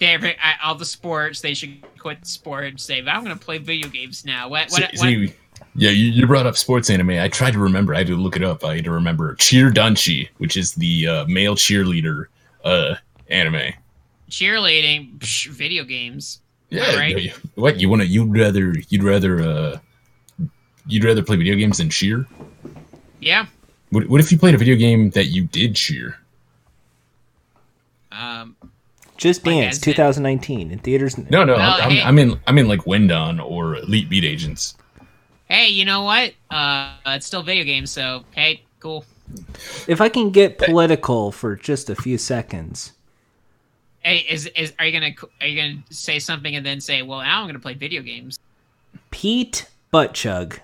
[SPEAKER 1] Every, I, all the sports, they should quit sport and say, "I'm going to play video games now." What?
[SPEAKER 2] So-
[SPEAKER 1] What?
[SPEAKER 2] so
[SPEAKER 1] what
[SPEAKER 2] anyway, yeah, you, you brought up sports anime. I tried to remember. I had to look it up. I had to remember Cheer Danchi, which is the uh, male cheerleader uh, anime.
[SPEAKER 1] cheerleading, psh, video games.
[SPEAKER 2] Yeah,
[SPEAKER 1] right?
[SPEAKER 2] no, you- what you want to? You'd rather you'd rather uh, you'd rather play video games than cheer?
[SPEAKER 1] Yeah,
[SPEAKER 2] What, what if you played a video game that you did cheer?
[SPEAKER 1] Um,
[SPEAKER 3] Just
[SPEAKER 1] Like
[SPEAKER 3] dance
[SPEAKER 1] as in-
[SPEAKER 3] 2019 in theaters.
[SPEAKER 2] No,
[SPEAKER 1] No,
[SPEAKER 2] no, I'm,
[SPEAKER 1] hey.
[SPEAKER 2] I'm in. I'm in like Windon or Elite Beat Agents.
[SPEAKER 1] hey, you know what? Uh, it's still video games, so hey, cool.
[SPEAKER 3] If I can get political for just a few seconds,
[SPEAKER 1] Hey, is is are you gonna are you gonna say something and then say, well, now I'm gonna play video games?
[SPEAKER 3] Pete Buttchug.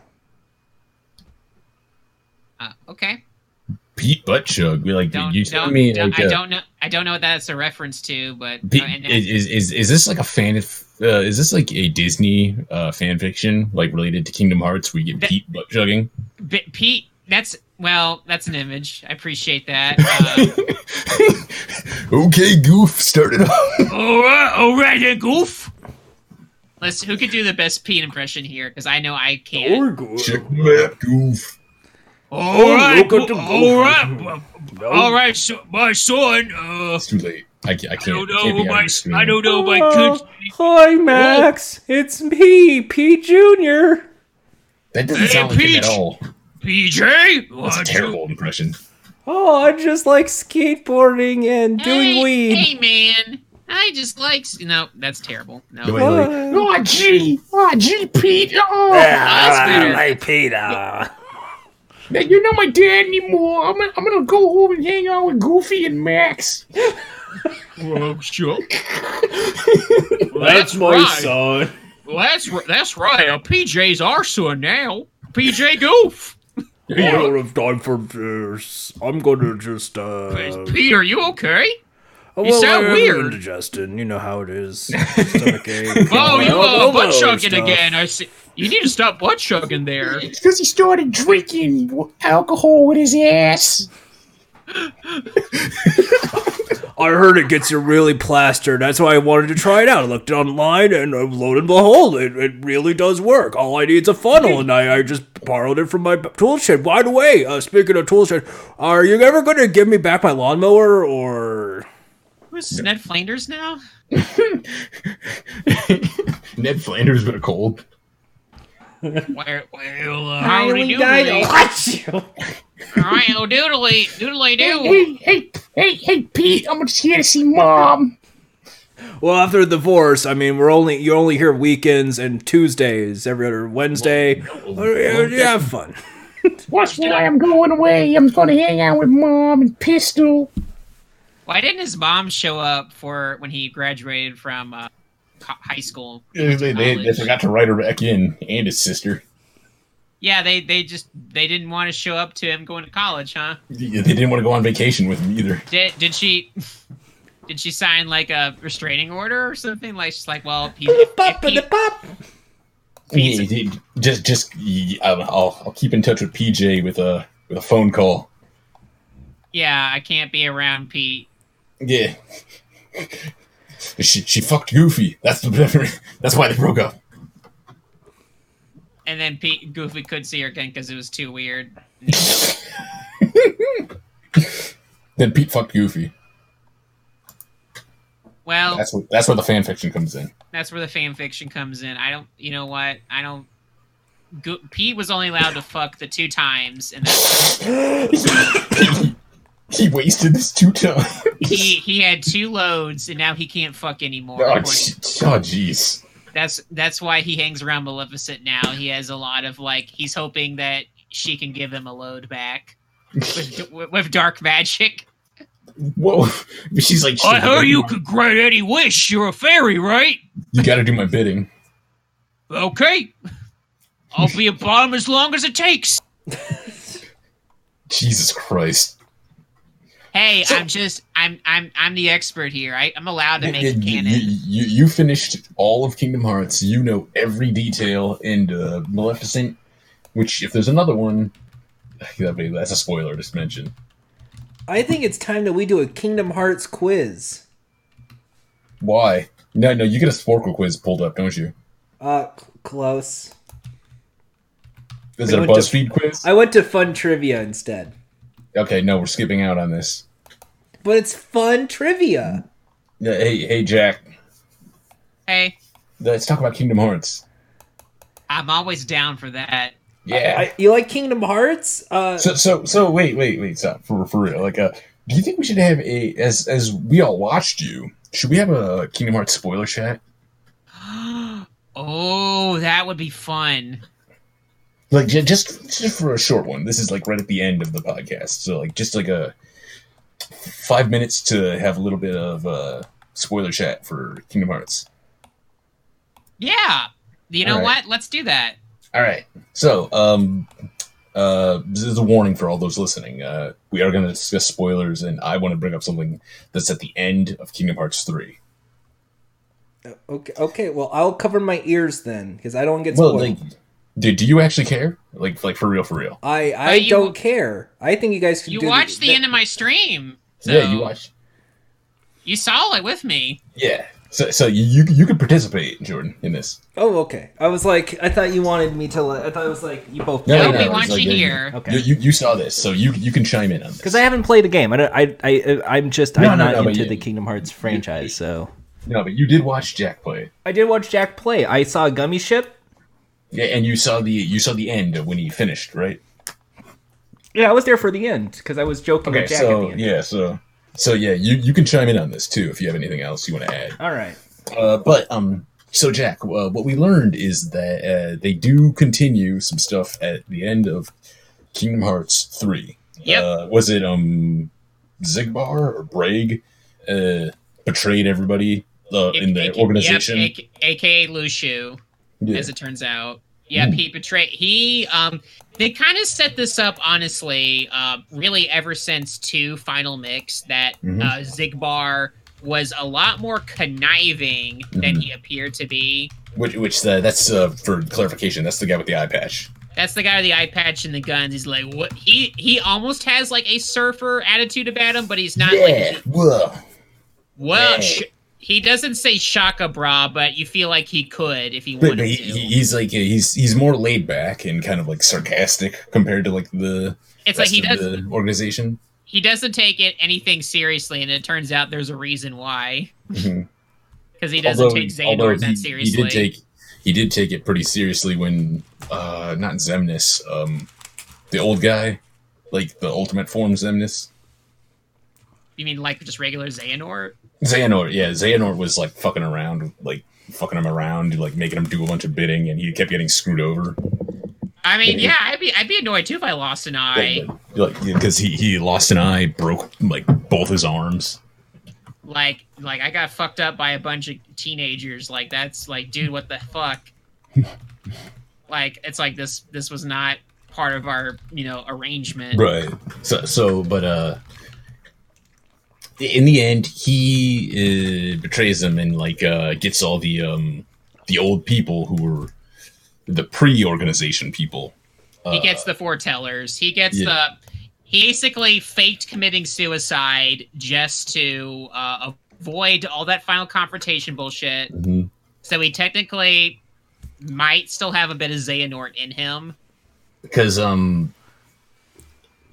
[SPEAKER 1] Uh, okay.
[SPEAKER 2] Pete Buttchug. We like
[SPEAKER 1] Don't,
[SPEAKER 2] you.
[SPEAKER 1] don't,
[SPEAKER 2] I mean,
[SPEAKER 1] don't-
[SPEAKER 2] like,
[SPEAKER 1] I
[SPEAKER 2] uh,
[SPEAKER 1] don't know. I don't know what that's a reference to, but
[SPEAKER 2] Pete,
[SPEAKER 1] uh, and-
[SPEAKER 2] is, is is this like a fan? Uh, is this like a Disney uh, fan fiction like related to Kingdom Hearts? We get
[SPEAKER 1] That-
[SPEAKER 2] Pete Buttchugging.
[SPEAKER 1] B- Pete, that's well, that's an image. I appreciate that. Uh,
[SPEAKER 2] Okay, Goof, start it up.
[SPEAKER 1] all right, all right, then, goof. Let's. Who could do the best Pete impression here? Because I know I can't.
[SPEAKER 2] Check map, Goof.
[SPEAKER 1] all right,
[SPEAKER 4] Oh, look at the
[SPEAKER 1] goo-
[SPEAKER 4] goof.
[SPEAKER 1] all right, all right, so, my son. Uh,
[SPEAKER 2] It's too late. I can't. I
[SPEAKER 1] I
[SPEAKER 2] can't,
[SPEAKER 1] don't
[SPEAKER 2] I can't
[SPEAKER 1] know
[SPEAKER 2] be on
[SPEAKER 1] my.
[SPEAKER 2] the screen.
[SPEAKER 1] I don't know Oh my Oh. kids.
[SPEAKER 3] Oh, Hi, Max. It's me, Pete Jr.
[SPEAKER 2] That doesn't
[SPEAKER 1] Hey,
[SPEAKER 2] sound like him at
[SPEAKER 1] Peach.
[SPEAKER 2] all.
[SPEAKER 1] PJ.
[SPEAKER 2] That's a
[SPEAKER 1] One, two-
[SPEAKER 2] terrible impression.
[SPEAKER 3] Oh, I just like skateboarding and
[SPEAKER 1] hey, Hey, man. I just like. s- No, that's terrible. No,
[SPEAKER 2] The way, like, oh, gee, oh, gee, Pete, oh,
[SPEAKER 4] Ah,
[SPEAKER 1] that's better.
[SPEAKER 3] like Peter.
[SPEAKER 2] man, you're not my dad anymore. I'm gonna, I'm gonna go home and hang out with Goofy and Max.
[SPEAKER 1] Well, sure. that's my
[SPEAKER 4] son.
[SPEAKER 1] Well, that's r- that's right. Uh, PJ's our son now. PJ Goof.
[SPEAKER 4] I don't have time for this. I'm gonna just uh.
[SPEAKER 1] Pete, are you okay?
[SPEAKER 4] oh,
[SPEAKER 1] you sound
[SPEAKER 4] I have
[SPEAKER 1] weird.
[SPEAKER 4] Indigestion. You know how it is. Stomach ache.
[SPEAKER 1] Oh, you
[SPEAKER 4] Elbow
[SPEAKER 1] uh, butt chugging
[SPEAKER 4] stuff.
[SPEAKER 1] again. I see. You need to stop butt chugging there.
[SPEAKER 2] Because he started drinking alcohol with his ass.
[SPEAKER 4] I heard it gets you really plastered. That's why I wanted to try it out. I looked online, and uh, lo and behold, it, it really does work. All I need is a funnel, and I, I just borrowed it from my b- tool shed. By the way, uh, speaking of tool shed, are you ever going to give me back my lawnmower, or
[SPEAKER 1] Who's this, Ned Flanders now?
[SPEAKER 2] Ned Flanders with a cold.
[SPEAKER 1] Where, well, uh, howdy doodly. All right, oh doodly, doodly doo.
[SPEAKER 2] hey, hey, hey, Pete, I'm just here to see mom.
[SPEAKER 4] Well, after the divorce, I mean, we're only you're only here weekends and Tuesdays, every other Wednesday.
[SPEAKER 3] Oh,
[SPEAKER 4] Uh, yeah, yeah, have fun.
[SPEAKER 2] Watch me, I'm going away. I'm gonna hang out with mom and Pistol.
[SPEAKER 1] Why didn't his mom show up for when he graduated from uh, co- high school?
[SPEAKER 2] They, they- they
[SPEAKER 1] College.
[SPEAKER 2] forgot to write her back in, and his sister.
[SPEAKER 1] Yeah, they they just they didn't want to show up to him going to college, huh?
[SPEAKER 2] They they didn't want to go on vacation with him either.
[SPEAKER 1] Did did she did she sign like a restraining order or something? Like she's like, well, if he, if, if he-
[SPEAKER 2] Yeah, yeah, just, just, yeah, I'll, I'll- I'll keep in touch with PJ with a with a phone call.
[SPEAKER 1] yeah, I can't be around Pete.
[SPEAKER 2] Yeah. She, she fucked Goofy. That's the that's why they broke up.
[SPEAKER 1] And then Pete Goofy could see her again because it was too weird.
[SPEAKER 2] Then Pete fucked Goofy.
[SPEAKER 1] Well, that's,
[SPEAKER 2] That's what that's where the fan fiction comes in.
[SPEAKER 1] where the fan fiction comes in. I don't, you know what? I don't. Go- Pete was only allowed to fuck the two times, and that's,
[SPEAKER 2] He wasted this two Oh, times.
[SPEAKER 1] he he had two loads, and now he can't fuck anymore.
[SPEAKER 2] Oh,
[SPEAKER 1] according
[SPEAKER 2] gee- oh, jeez.
[SPEAKER 1] That's that's why he hangs around Maleficent now. He has a lot of like he's hoping that she can give him a load back with, with, with dark magic.
[SPEAKER 2] Whoa. She's like, "Shit, gotta do my-
[SPEAKER 1] could grant any wish. You're a fairy, right?
[SPEAKER 2] You gotta do my bidding.
[SPEAKER 1] Okay, I'll be a bottom as long as it takes.
[SPEAKER 2] Jesus Christ.
[SPEAKER 1] Hey, I'm just I'm I'm I'm the expert here. I, I'm allowed to make
[SPEAKER 2] you,
[SPEAKER 1] a canon.
[SPEAKER 2] you- you finished all of Kingdom Hearts. You know every detail in uh, Maleficent, which, if there's another one, that'd be- that's a spoiler just mentioned.
[SPEAKER 4] I think it's time that we do a Kingdom Hearts quiz.
[SPEAKER 2] Why? No, no, you get a Sporkle quiz pulled up, don't you?
[SPEAKER 4] Uh, c- close.
[SPEAKER 2] Is
[SPEAKER 4] We
[SPEAKER 2] it a
[SPEAKER 4] went to-
[SPEAKER 2] BuzzFeed quiz?
[SPEAKER 4] I went to fun trivia instead,
[SPEAKER 2] Okay, no, we're skipping out on this.
[SPEAKER 4] but it's fun trivia.
[SPEAKER 2] Yeah, Hey, hey, Jack.
[SPEAKER 1] Hey,
[SPEAKER 2] Let's talk about Kingdom Hearts.
[SPEAKER 1] I'm always down for that.
[SPEAKER 2] Yeah.
[SPEAKER 4] I, you like Kingdom Hearts? Uh,
[SPEAKER 2] so so so wait wait wait stop for for real like uh do you think we should have a as as we all watched you should we have a Kingdom Hearts spoiler chat
[SPEAKER 1] oh, that would be fun.
[SPEAKER 2] like j- just just for a short one this is like right at the end of the podcast so like just like a five minutes to have a little bit of uh spoiler chat for Kingdom Hearts
[SPEAKER 1] Yeah. You know
[SPEAKER 2] All right.
[SPEAKER 1] what? Let's do that.
[SPEAKER 2] All right. So, um, uh, this is a warning for all those listening. Uh, we are going to discuss spoilers, and I want to bring up something that's at the end of Kingdom Hearts 3.
[SPEAKER 4] okay, okay. Well, I'll cover my ears then because I don't get
[SPEAKER 2] Well,
[SPEAKER 4] spoiled.
[SPEAKER 2] like, dude, do you actually care? Like, like for real, for real?
[SPEAKER 4] I I
[SPEAKER 1] you-
[SPEAKER 4] don't care. I think you guys can.
[SPEAKER 1] You
[SPEAKER 4] do
[SPEAKER 1] watched the, end of my stream. So
[SPEAKER 2] yeah, you watch.
[SPEAKER 1] You saw it with me.
[SPEAKER 2] Yeah. So, so you you- you could participate, Jordan, in this.
[SPEAKER 4] Oh, okay. I was like, I thought you wanted me to. Let, I thought it was like you both.
[SPEAKER 2] No,
[SPEAKER 1] No,
[SPEAKER 2] no,
[SPEAKER 1] we
[SPEAKER 2] it's
[SPEAKER 1] want
[SPEAKER 2] like
[SPEAKER 1] you
[SPEAKER 2] a-
[SPEAKER 1] here.
[SPEAKER 4] Okay.
[SPEAKER 2] You, you you saw this, so you you can chime in on this.
[SPEAKER 3] Because I haven't played a game. I don't, I, I, I'm just,
[SPEAKER 2] No,
[SPEAKER 3] I'm
[SPEAKER 2] no,
[SPEAKER 3] not
[SPEAKER 2] no, but
[SPEAKER 3] into
[SPEAKER 2] you-
[SPEAKER 3] the Kingdom Hearts franchise, so.
[SPEAKER 2] No, but you did watch Jack play.
[SPEAKER 3] I did watch Jack play. I saw a gummy ship.
[SPEAKER 2] Yeah, and you saw the you saw the end of when he finished, right?
[SPEAKER 3] Yeah, I was there for the end because I was joking
[SPEAKER 2] Okay,
[SPEAKER 3] with Jack at
[SPEAKER 2] so
[SPEAKER 3] the end.
[SPEAKER 2] yeah, so so yeah, you you can chime in on this too if you have anything else you want to add.
[SPEAKER 3] All right.
[SPEAKER 2] Uh, but um, so Jack, uh, what we learned is that uh, they do continue some stuff at the end of Kingdom Hearts three.
[SPEAKER 1] Yep.
[SPEAKER 2] Uh, was it um Zigbar or Brag uh, betrayed everybody uh, in the
[SPEAKER 1] AK
[SPEAKER 2] organization?
[SPEAKER 1] Yep, AK AKA Lushu.
[SPEAKER 2] yeah. Hmm.
[SPEAKER 1] as it turns out. Yep, he betrayed. He um, they kind of set this up honestly. Uh, really, ever since two final mix, that
[SPEAKER 2] Mhm.
[SPEAKER 1] uh, Zigbar was a lot more conniving than
[SPEAKER 2] Mm-hmm.
[SPEAKER 1] he appeared to be.
[SPEAKER 2] Which, which uh, that's uh, for clarification. That's the guy with the eye patch.
[SPEAKER 1] That's the guy with the eye patch and the guns. He's like, what? He he almost has like a surfer attitude about him, but he's not like
[SPEAKER 2] yeah. Whoa.
[SPEAKER 1] well.
[SPEAKER 2] Yeah.
[SPEAKER 1] Sh- he doesn't say shaka bra, but you feel like he could if he
[SPEAKER 2] But,
[SPEAKER 1] wanted
[SPEAKER 2] but he,
[SPEAKER 1] to.
[SPEAKER 2] he- he's like uh, he's he's more laid back and kind of like sarcastic compared to like the
[SPEAKER 1] it's like he
[SPEAKER 2] rest
[SPEAKER 1] does.
[SPEAKER 2] of the organization.
[SPEAKER 1] he doesn't take it anything seriously, and it turns out there's a reason why.
[SPEAKER 2] Mhm.
[SPEAKER 1] Because he doesn't
[SPEAKER 2] Although-
[SPEAKER 1] take
[SPEAKER 2] although
[SPEAKER 1] Xehanort that seriously.
[SPEAKER 2] He did take he did take it pretty seriously when uh not Zemnis, um the old guy, like the ultimate form Zemnis.
[SPEAKER 1] you mean like just regular Xehanort?
[SPEAKER 2] Xehanort, yeah, Xehanort was like fucking around, like fucking him around, like making him do a bunch of bidding, and he kept getting screwed over.
[SPEAKER 1] I mean,
[SPEAKER 2] Yeah.
[SPEAKER 1] yeah, I'd be I'd be annoyed too if I lost an eye.
[SPEAKER 2] Like, because he, he lost an eye, broke like both his arms.
[SPEAKER 1] Like like I got fucked up by a bunch of teenagers. Like that's like, dude, what the fuck? like it's like this this was not part of our you know arrangement.
[SPEAKER 2] Right. So, so but uh, in the end, he uh, betrays them and like uh, gets all the um the old people who were the pre-organization people.
[SPEAKER 1] He gets the foretellers. He gets
[SPEAKER 2] Uh, yeah.
[SPEAKER 1] the. He basically faked committing suicide just to uh, avoid all that final confrontation bullshit.
[SPEAKER 2] Mhm.
[SPEAKER 1] So he technically might still have a bit of Xehanort in him.
[SPEAKER 2] because um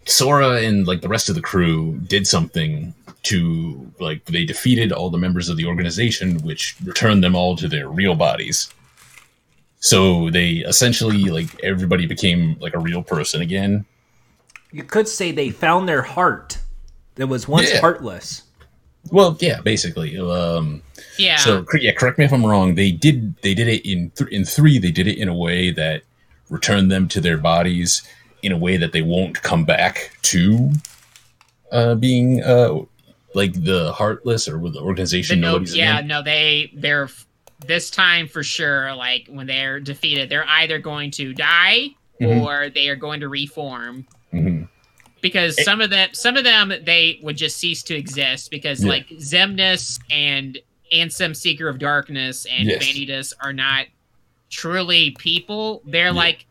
[SPEAKER 2] Sora and like the rest of the crew did something to like they defeated all the members of the organization which returned them all to their real bodies. So they essentially like everybody became like a real person again.
[SPEAKER 3] You could say they found their heart that was once
[SPEAKER 2] Yeah.
[SPEAKER 3] heartless.
[SPEAKER 2] Well, yeah, basically. Um
[SPEAKER 1] Yeah.
[SPEAKER 2] so cor- yeah, correct me if I'm wrong. They did they did it in th- in 3 they did it in a way that returned them to their bodies in a way that they won't come back to uh being uh like the heartless or with the
[SPEAKER 1] the
[SPEAKER 2] organization
[SPEAKER 1] no,
[SPEAKER 2] nobody's
[SPEAKER 1] yeah,
[SPEAKER 2] again.
[SPEAKER 1] no, they they're this time for sure. Like when they're defeated, they're either going to die
[SPEAKER 2] Mhm.
[SPEAKER 1] or they are going to reform.
[SPEAKER 2] Mhm.
[SPEAKER 1] because some of them some of them they would just cease to exist because
[SPEAKER 2] Yeah.
[SPEAKER 1] like Zemnis and Ansem Seeker of Darkness and
[SPEAKER 2] Yes.
[SPEAKER 1] Vanitas are not truly people. They're
[SPEAKER 2] Yeah.
[SPEAKER 1] like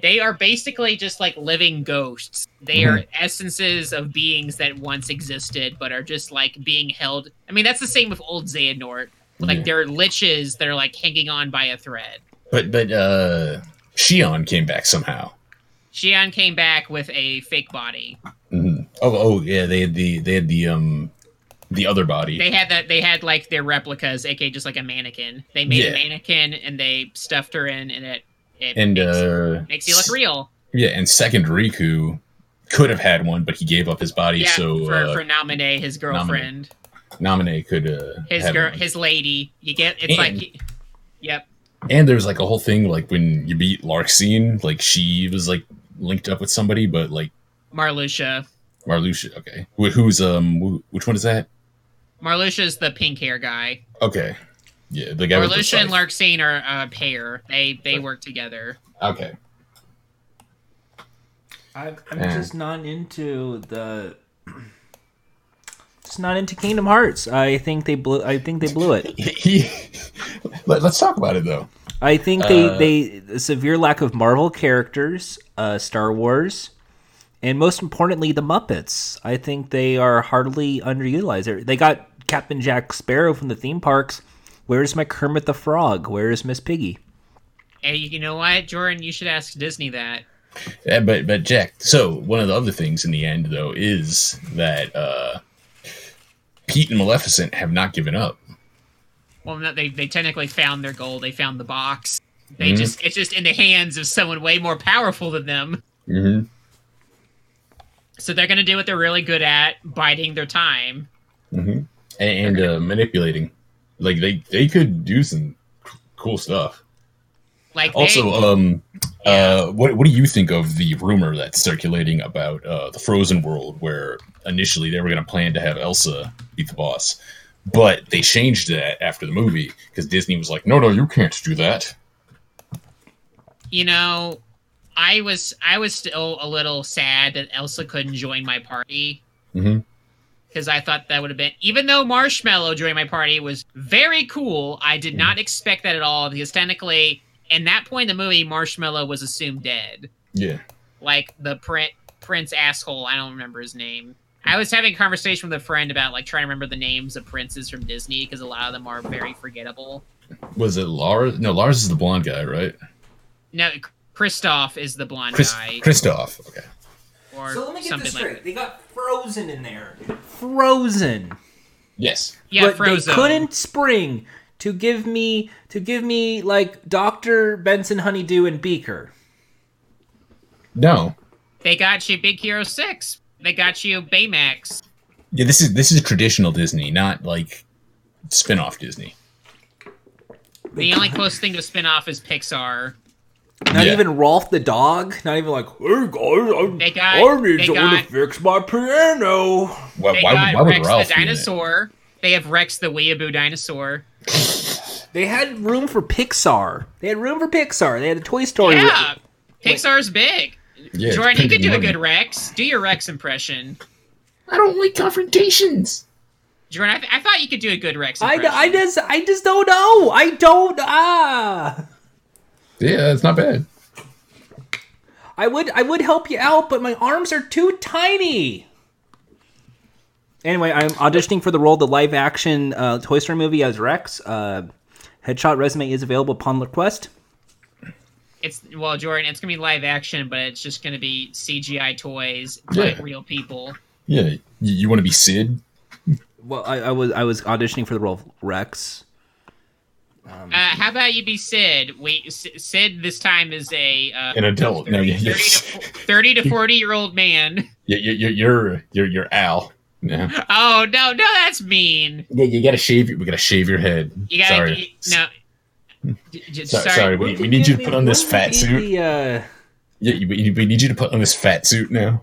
[SPEAKER 1] they are basically just like living ghosts. They
[SPEAKER 2] Mm-hmm.
[SPEAKER 1] are essences of beings that once existed but are just like being held. I mean that's the same with old Xehanort. Like
[SPEAKER 2] Yeah.
[SPEAKER 1] they're liches that are like hanging on by a thread.
[SPEAKER 2] But but uh Shion came back somehow.
[SPEAKER 1] Shion came back with a fake body.
[SPEAKER 2] Mhm. Oh oh yeah, they had the they had the um the other body.
[SPEAKER 1] They had that. They had like their replicas, aka just like a mannequin. They made
[SPEAKER 2] Yeah.
[SPEAKER 1] a mannequin and they stuffed her in, and it It
[SPEAKER 2] And
[SPEAKER 1] makes,
[SPEAKER 2] uh,
[SPEAKER 1] makes you look real.
[SPEAKER 2] yeah, and second Riku could have had one, but he gave up his body,
[SPEAKER 1] Yeah,
[SPEAKER 2] so
[SPEAKER 1] for,
[SPEAKER 2] uh,
[SPEAKER 1] for Namine, his girlfriend,
[SPEAKER 2] Naminé could uh,
[SPEAKER 1] his
[SPEAKER 2] have
[SPEAKER 1] girl,
[SPEAKER 2] one.
[SPEAKER 1] his lady. You get it's
[SPEAKER 2] And-
[SPEAKER 1] like, yep,
[SPEAKER 2] And there's like a whole thing like when you beat Larxene, like she was like linked up with somebody, but like
[SPEAKER 1] Marluxia.
[SPEAKER 2] Marluxia, okay, Wh- who's um, wh- which one is that?
[SPEAKER 1] Marluxia's the pink hair guy.
[SPEAKER 2] Okay, yeah, the guy. with the
[SPEAKER 1] Marluxia and
[SPEAKER 2] scythe.
[SPEAKER 1] Larxene are a pair. They they work together.
[SPEAKER 2] Okay.
[SPEAKER 3] I'm,
[SPEAKER 2] Yeah.
[SPEAKER 3] just not into the. Just not into Kingdom Hearts. I think they blew. I think they blew it.
[SPEAKER 2] He, let, us talk about it though.
[SPEAKER 3] I think they
[SPEAKER 2] Uh,
[SPEAKER 3] they the severe lack of Marvel characters, uh, Star Wars, and most importantly the Muppets. I think they are hardly underutilized. They- They got Captain Jack Sparrow from the theme parks. Where's my Kermit the Frog? Where is Miss Piggy?
[SPEAKER 1] And you know what, Jordan, you should ask Disney that.
[SPEAKER 2] Yeah, but but Jack. So one of the other things in the end though is that uh, Pete and Maleficent have not given up.
[SPEAKER 1] Well, no, they they technically found their goal. They found the box. They
[SPEAKER 2] Mhm.
[SPEAKER 1] just it's just in the hands of someone way more powerful than them.
[SPEAKER 2] Mm-hmm.
[SPEAKER 1] So they're gonna do what they're really good at, biding their time.
[SPEAKER 2] And, and uh, manipulating, like they they could do some cool stuff.
[SPEAKER 1] Like
[SPEAKER 2] Also,
[SPEAKER 1] they,
[SPEAKER 2] um, uh, what what do you think of the rumor that's circulating about uh, the Frozen world, where initially they were going to plan to have Elsa beat the boss, but they changed that after the movie because Disney was like, "No, no, you can't do that."
[SPEAKER 1] you know, I was I was still a little sad that Elsa couldn't join my party
[SPEAKER 2] Mhm.
[SPEAKER 1] because I thought that would have been even though Marshmallow joining my party was very cool. I did not expect that at all because technically, in that point in the movie, Marshmallow was assumed dead.
[SPEAKER 2] Yeah,
[SPEAKER 1] like the print prince asshole i don't remember his name i was having a conversation with a friend about like trying to remember the names of princes from disney because a lot of them are very forgettable
[SPEAKER 2] was it Lars? No, Lars is the blonde guy, right?
[SPEAKER 1] no Kristoff is the blonde
[SPEAKER 2] Chris-
[SPEAKER 1] guy
[SPEAKER 2] Kristoff. Okay.
[SPEAKER 1] or something like
[SPEAKER 3] they got Frozen in there. Frozen.
[SPEAKER 2] Yes.
[SPEAKER 1] yeah
[SPEAKER 3] but
[SPEAKER 1] Frozen.
[SPEAKER 3] they couldn't spring to give me to give me like Doctor Benson Honeydew and Beaker.
[SPEAKER 2] No.
[SPEAKER 1] they got you big hero 6 they got you baymax
[SPEAKER 2] Yeah, this is this is traditional Disney, not like spin-off Disney.
[SPEAKER 1] the only close thing to a spin-off is pixar
[SPEAKER 3] Not
[SPEAKER 2] Yeah.
[SPEAKER 3] even Rolf the dog. Not even like hey guys, I'm,
[SPEAKER 1] They got-
[SPEAKER 3] I need
[SPEAKER 1] they
[SPEAKER 3] someone
[SPEAKER 1] got-
[SPEAKER 3] to fix my piano.
[SPEAKER 2] Why,
[SPEAKER 1] they
[SPEAKER 2] why,
[SPEAKER 1] got
[SPEAKER 2] would- why would
[SPEAKER 1] rex the
[SPEAKER 2] Ralph do that?
[SPEAKER 1] dinosaur they have rex the weeaboo dinosaur
[SPEAKER 3] They had room for Pixar. They had room for Pixar. They had a Toy Story.
[SPEAKER 1] yeah pixar's big
[SPEAKER 2] Yeah, it's
[SPEAKER 1] jordan you could
[SPEAKER 2] printed
[SPEAKER 1] do a
[SPEAKER 2] money.
[SPEAKER 1] good rex do your rex impression
[SPEAKER 2] I don't like confrontations.
[SPEAKER 1] Jordan, I, th- I thought you could do a good Rex
[SPEAKER 3] I,
[SPEAKER 1] impression.
[SPEAKER 3] I just I just don't know. I don't ah.
[SPEAKER 2] Yeah, it's not bad.
[SPEAKER 3] I would I would help you out, but my arms are too tiny. Anyway, I'm auditioning for the role of the live action uh, Toy Story movie as Rex. Uh, headshot resume is available upon request.
[SPEAKER 1] It's well, Jordan. It's gonna be live action, but it's just gonna be CGI toys, but
[SPEAKER 2] Yeah.
[SPEAKER 1] real people.
[SPEAKER 2] Yeah, you, you want to be Sid?
[SPEAKER 3] Well, I, I was I was auditioning for the role of Rex.
[SPEAKER 1] Uh, how about you be Sid? Wait, S- Sid this time is a uh,
[SPEAKER 2] An adult. No, you-
[SPEAKER 1] 30
[SPEAKER 2] you're,
[SPEAKER 1] to, fo- 30 to 40 year old man.
[SPEAKER 2] you're, you're, you're, you're, you're Al. No.
[SPEAKER 1] Oh no, no, that's mean.
[SPEAKER 2] Yeah, you gotta shave. your- We gotta shave your head.
[SPEAKER 1] You gotta
[SPEAKER 2] sorry.
[SPEAKER 1] you- no. J- j-
[SPEAKER 2] sorry,
[SPEAKER 1] sorry.
[SPEAKER 2] sorry. We, we need you to put on this fat
[SPEAKER 3] When
[SPEAKER 2] suit.
[SPEAKER 3] they get the, uh,
[SPEAKER 2] Yeah, you, we we need you to put on this fat suit now.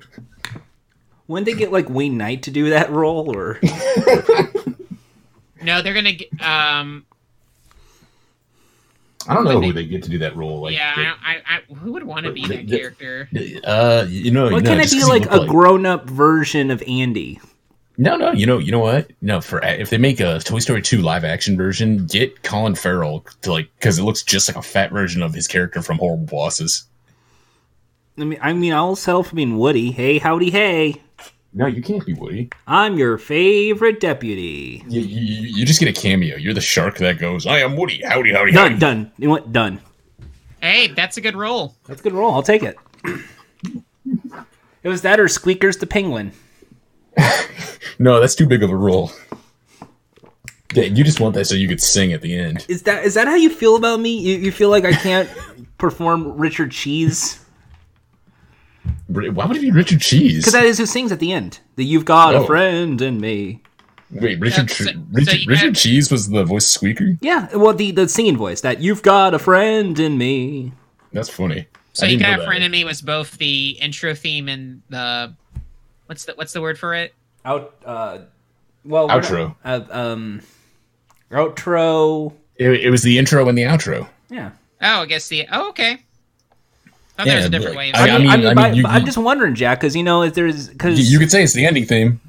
[SPEAKER 3] when they get like Wayne Knight to do that role, or
[SPEAKER 1] No, they're gonna. g- Um.
[SPEAKER 2] I don't know who they get to do that role. Like,
[SPEAKER 1] yeah. I, don't- I, I. Who would want to be
[SPEAKER 2] They-
[SPEAKER 1] that
[SPEAKER 2] they-
[SPEAKER 1] character?
[SPEAKER 2] they- uh, you know,
[SPEAKER 3] what
[SPEAKER 2] no,
[SPEAKER 3] can it
[SPEAKER 2] just
[SPEAKER 3] be
[SPEAKER 2] 'cause you
[SPEAKER 3] like
[SPEAKER 2] look
[SPEAKER 3] a grown up version of Andy?
[SPEAKER 2] No, no, you know, you know what? No, for if they make a Toy Story two live action version, get Colin Farrell to like because it looks just like a fat version of his character from Horrible Bosses.
[SPEAKER 3] I mean, I mean, I'll settle for being Woody. Hey, howdy, hey.
[SPEAKER 2] No, you can't be Woody.
[SPEAKER 3] I'm your favorite deputy.
[SPEAKER 2] You, you, you just get a cameo. You're the shark that goes, "I am Woody. Howdy, howdy, howdy."
[SPEAKER 3] Done, done. You know what? Done.
[SPEAKER 1] Hey, that's a good role.
[SPEAKER 3] That's a good roll. I'll take it. It was that or Squeakers the Penguin.
[SPEAKER 2] No, that's too big of a role. Yeah, you just want that so you could sing at the end.
[SPEAKER 3] Is that is that how you feel about me? You, you feel like I can't perform Richard Cheese?
[SPEAKER 2] Ri- Why would it be Richard Cheese?
[SPEAKER 3] Because that is who sings at the end. That you've got
[SPEAKER 2] Oh.
[SPEAKER 3] a friend in me.
[SPEAKER 2] Wait, Richard
[SPEAKER 1] Yeah, so-
[SPEAKER 2] Che-
[SPEAKER 1] so
[SPEAKER 2] Richard,
[SPEAKER 1] you got-
[SPEAKER 2] Richard Cheese was the voice squeaker.
[SPEAKER 3] Yeah, well, the, the singing voice. That you've got a friend in me.
[SPEAKER 2] That's funny.
[SPEAKER 1] So
[SPEAKER 2] I
[SPEAKER 1] you
[SPEAKER 2] didn't know
[SPEAKER 1] got
[SPEAKER 2] that.
[SPEAKER 1] for enemy was both the intro theme and the what's the what's the word for it?
[SPEAKER 3] Out. Uh, well, we're
[SPEAKER 2] Outro.
[SPEAKER 3] not- uh, um, outro.
[SPEAKER 2] It, it was the intro and the outro.
[SPEAKER 3] Yeah.
[SPEAKER 1] Oh, I guess the oh okay. Oh,
[SPEAKER 2] Yeah,
[SPEAKER 1] there's a
[SPEAKER 2] but
[SPEAKER 1] different way. of
[SPEAKER 2] I-
[SPEAKER 1] saying
[SPEAKER 2] mean-
[SPEAKER 3] I mean,
[SPEAKER 2] I mean,
[SPEAKER 3] but-
[SPEAKER 2] you-
[SPEAKER 3] but I'm
[SPEAKER 2] you-
[SPEAKER 3] just wondering, Jack, because you know, if there's
[SPEAKER 2] You,
[SPEAKER 3] because
[SPEAKER 2] you could say it's the ending theme.